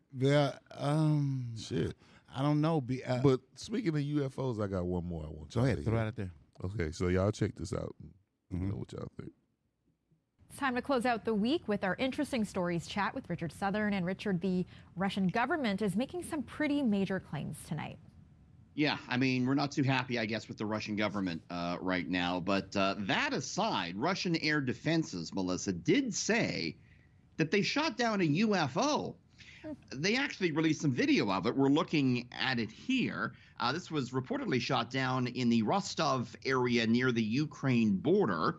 Um,
shit.
I don't know. Be, uh,
But speaking of UFOs, I got one more I want.
go
y'all
ahead,
to
throw
hear.
it out there.
Okay, so y'all check this out. Let me
Mhm.
know what y'all think.
It's time to close out the week with our interesting stories chat with Richard Southern. And Richard, the Russian government is making some pretty major claims tonight.
Yeah, I mean, we're not too happy, I guess, with the Russian government uh, right now. But uh, that aside, Russian air defenses, Melissa, did say that they shot down a UFO. They actually released some video of it. We're looking at it here. Uh, this was reportedly shot down in the Rostov area near the Ukraine border.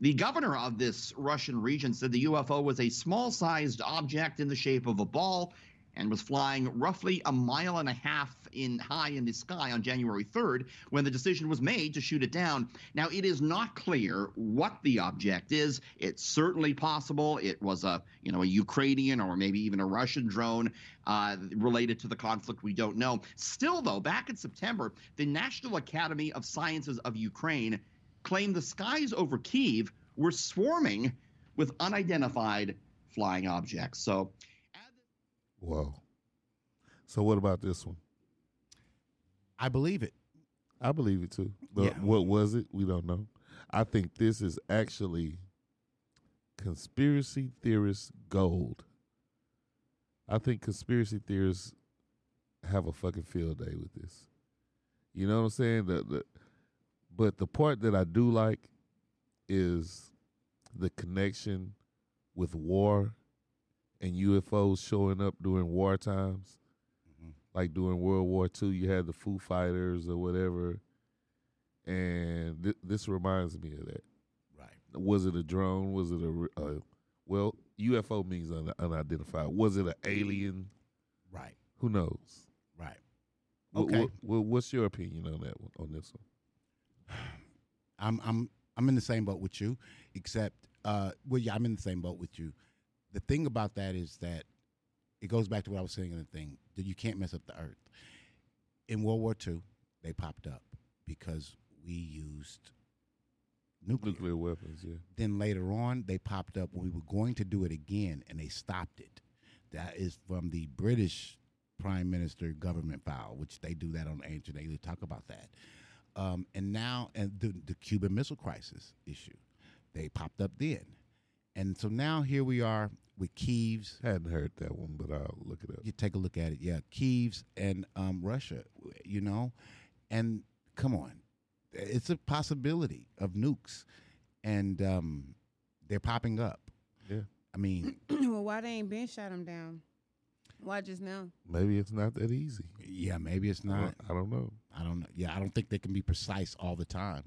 The governor of this Russian region said the UFO was a small sized object in the shape of a ball and was flying roughly a mile and a half in high in the sky on January 3rd when the decision was made to shoot it down. Now it is not clear what the object is. It's certainly possible it was a, you know, a Ukrainian or maybe even a Russian drone uh, related to the conflict, we don't know. Still though, back in September, the National Academy of Sciences of Ukraine claimed the skies over Kiev were swarming with unidentified flying objects. So
Whoa. So what about this one?
I believe it.
I believe it too. But
Yeah.
what was it? We don't know. I think this is actually conspiracy theorists gold. I think conspiracy theorists have a fucking field day with this. You know what I'm saying? The, the, but the part that I do like is the connection with war and UFOs showing up during war times like during World War II, you had the Foo Fighters or whatever, and th- this reminds me of that.
Right.
Was it a drone? Was it a, re- a well UFO means un- unidentified? Was it an alien?
Right.
Who knows?
Right.
Wh- wh-
Okay.
wh- what's your opinion on that one? On this one?
I'm I'm I'm in the same boat with you, except uh, well, yeah, I'm in the same boat with you. The thing about that is that it goes back to what I was saying in the thing that you can't mess up the earth. In World War II, they popped up because we used nuclear.
Nuclear weapons. Yeah.
Then later on, they popped up when we were going to do it again, and they stopped it. That is from the British Prime Minister government file, which they do that on the ancient. They talk about that. Um, and now, and the, the Cuban Missile Crisis issue, they popped up then, and so now here we are with Kiev's
Hadn't heard that one, but I'll look it up.
you take a look at it. Yeah, Kiev's and um, Russia, you know, and come on, it's a possibility of nukes, and um, they're popping up.
Yeah.
I mean,
well, why they ain't been shot them down? Why just now?
Maybe it's not that easy.
yeah, maybe it's
I
not.
don't- I don't know.
I don't know. Yeah, I don't think they can be precise all the time,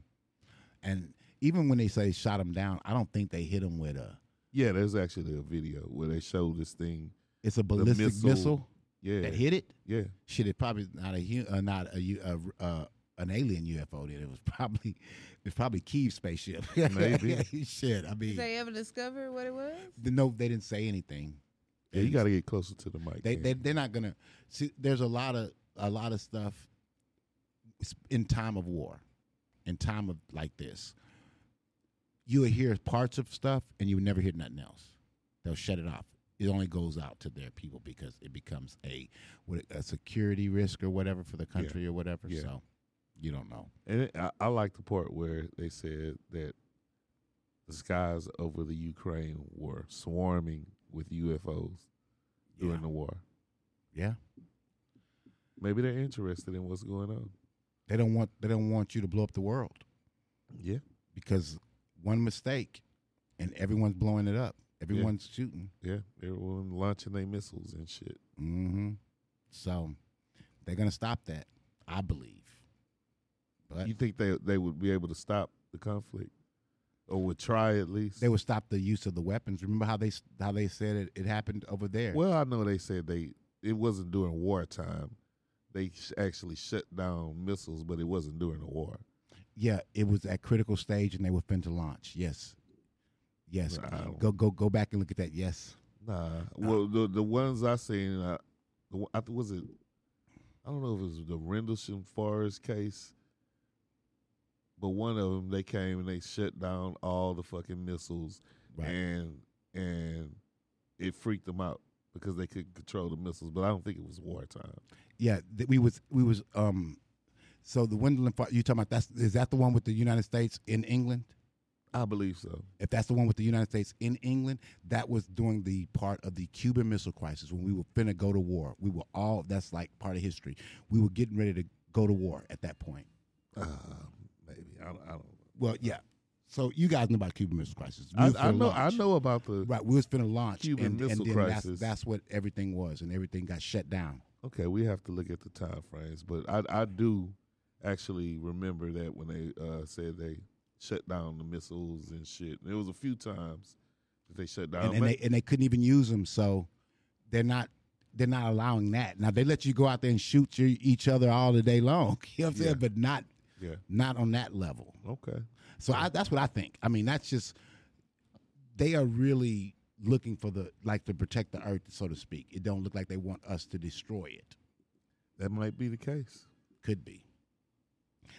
and even when they say shot them down, I don't think they hit them with a
Yeah, there's actually a video where they show this thing.
It's a ballistic
missile
missile,
Yeah,
that hit it.
Yeah,
Shit, it probably not a hu- uh, not a, u- uh, uh, an alien UFO. Then it was probably it's probably Kiev spaceship.
Maybe.
Shit, I
Did
mean,
they ever discover what it was?
the- no, they didn't say anything.
yeah. You got to get closer to the mic.
They,
man.
they they're not gonna see. There's a lot of a lot of stuff s- in time of war, in time of like this. You will hear parts of stuff, and you would never hear nothing else. They'll shut it off. It only goes out to their people because it becomes a what a security risk or whatever for the country or whatever.
Yeah.
So you don't know.
And it, I, I like the part where they said that the skies over the Ukraine were swarming with UFOs during the war.
Yeah,
Maybe they're interested in what's going on.
they don't want they don't want you to blow up the world
Yeah,
because one mistake, and everyone's blowing it up. Everyone's shooting.
yeah. Everyone launching their missiles and shit.
Mm-hmm. So they're gonna stop that, I believe. But
You think they they would be able to stop the conflict, or would try at least?
they will stop the use of the weapons. Remember how they s- how they said it, it happened over there.
Well, I know they said they it wasn't during wartime. They sh- actually shut down missiles, but it wasn't during the war.
Yeah, it was at critical stage, and they were fin to launch. Yes, yes.
Wow.
Go go go back and look at that. Yes.
Nah. Well, the the ones I seen, uh, the, one- I th- was it. I don't know if it was the Rendlesham Forest case, but one of them they came and they shut down all the fucking missiles,
Right.
and and it freaked them out because they couldn't control the missiles. But I don't think it was wartime.
Yeah, th- we was we was um. So the Wendell and Far- you talking about that's is that the one with the United States in England?
I believe so.
if that's the one with the United States in England, that was during the part of the Cuban Missile Crisis when we were finna go to war. We were all that's like part of history. We were getting ready to go to war at that point.
Uh, maybe I, don't- I don't.
Well, yeah. So you guys know about Cuban Missile Crisis. We was
I, I
finna
know.
launch.
I know about the.
Right, we was finna launch
Cuban
and,
Missile
and then
Crisis.
That's, that's what everything was, and everything got shut down.
Okay, we have to look at the time frames, but I I do actually remember that when they uh, said they shut down the missiles and shit. There was a few times that they shut down.
and, and
ma-
they and they couldn't even use them. So they're not they're not allowing that. Now they let you go out there and shoot your, each other all the day long. You know what I'm
Yeah.
saying? But not
Yeah.
not on that level.
okay,
So I, that's what I think. I mean, that's just they are really looking for the like to protect the earth, so to speak. It don't look like they want us to destroy it.
that might be the case.
Could be.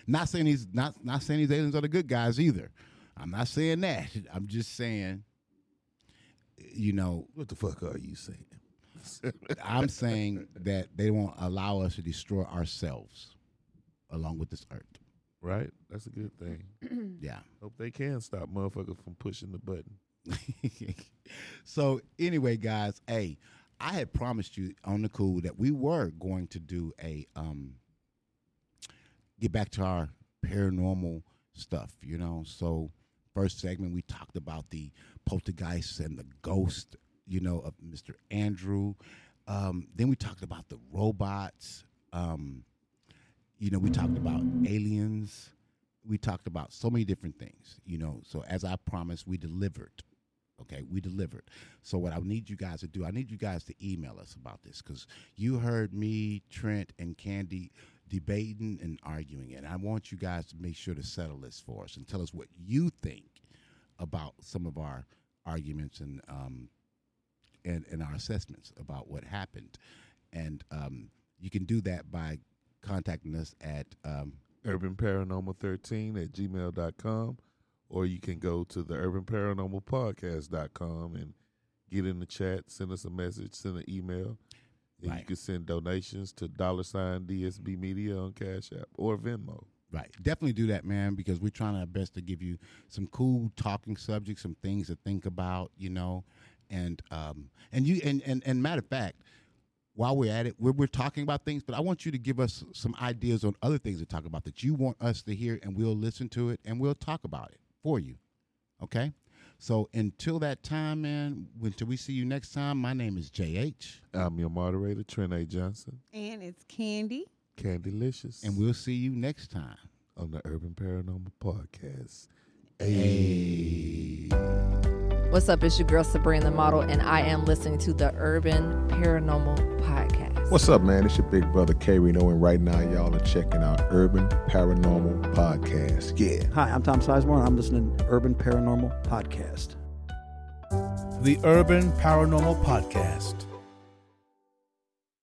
Not saying these not not saying these aliens are the good guys either. I'm not saying that. I'm just saying, you know,
What the fuck are you saying?
I'm saying that they won't allow us to destroy ourselves along with this earth.
Right, that's a good thing.
Yeah.
Hope they can stop motherfucker from pushing the button.
so anyway, guys, hey, I had promised you on the cool that we were going to do a um get back to our paranormal stuff, you know. So first segment we talked about the poltergeist and the ghost, you know, of Mr. Andrew. Um, then we talked about the robots. Um, you know, we talked about aliens. We talked about so many different things, you know. So as I promised, we delivered. Okay, we delivered. So what I need you guys to do, I need you guys to email us about this because you heard me, Trent, and Candy debating and arguing, and I want you guys to make sure to settle this for us and tell us what you think about some of our arguments and um, and, and our assessments about what happened. And um, you can do that by contacting us at um,
Urban Paranormal 13 at gmail.com, or you can go to the Urban Paranormal Podcast.com and get in the chat, send us a message, send an email. And you
Right.
can send donations to dollar sign DSB Media on Cash App or Venmo.
Right. Definitely do that, man, because we're trying our best to give you some cool talking subjects, some things to think about, you know. And um and you and and, and matter of fact, while we're at it, we're, we're talking about things, but I want you to give us some ideas on other things to talk about that you want us to hear, and we'll listen to it and we'll talk about it for you. Okay? So until that time, man, until we see you next time, my name is JH,
I'm your moderator, Trent A. Johnson,
And it's candy.
Candylicious,
and we'll see you next time.
on the Urban Paranormal Podcast.
Hey.
What's up? It's your girl Sabrina the Model, and I am listening to the Urban Paranormal Podcast.
What's up, man? It's your big brother K Reno, and right now y'all are checking out Urban Paranormal Podcast. Yeah.
Hi, I'm Tom Sizemore, and I'm listening to Urban Paranormal Podcast.
The Urban Paranormal Podcast.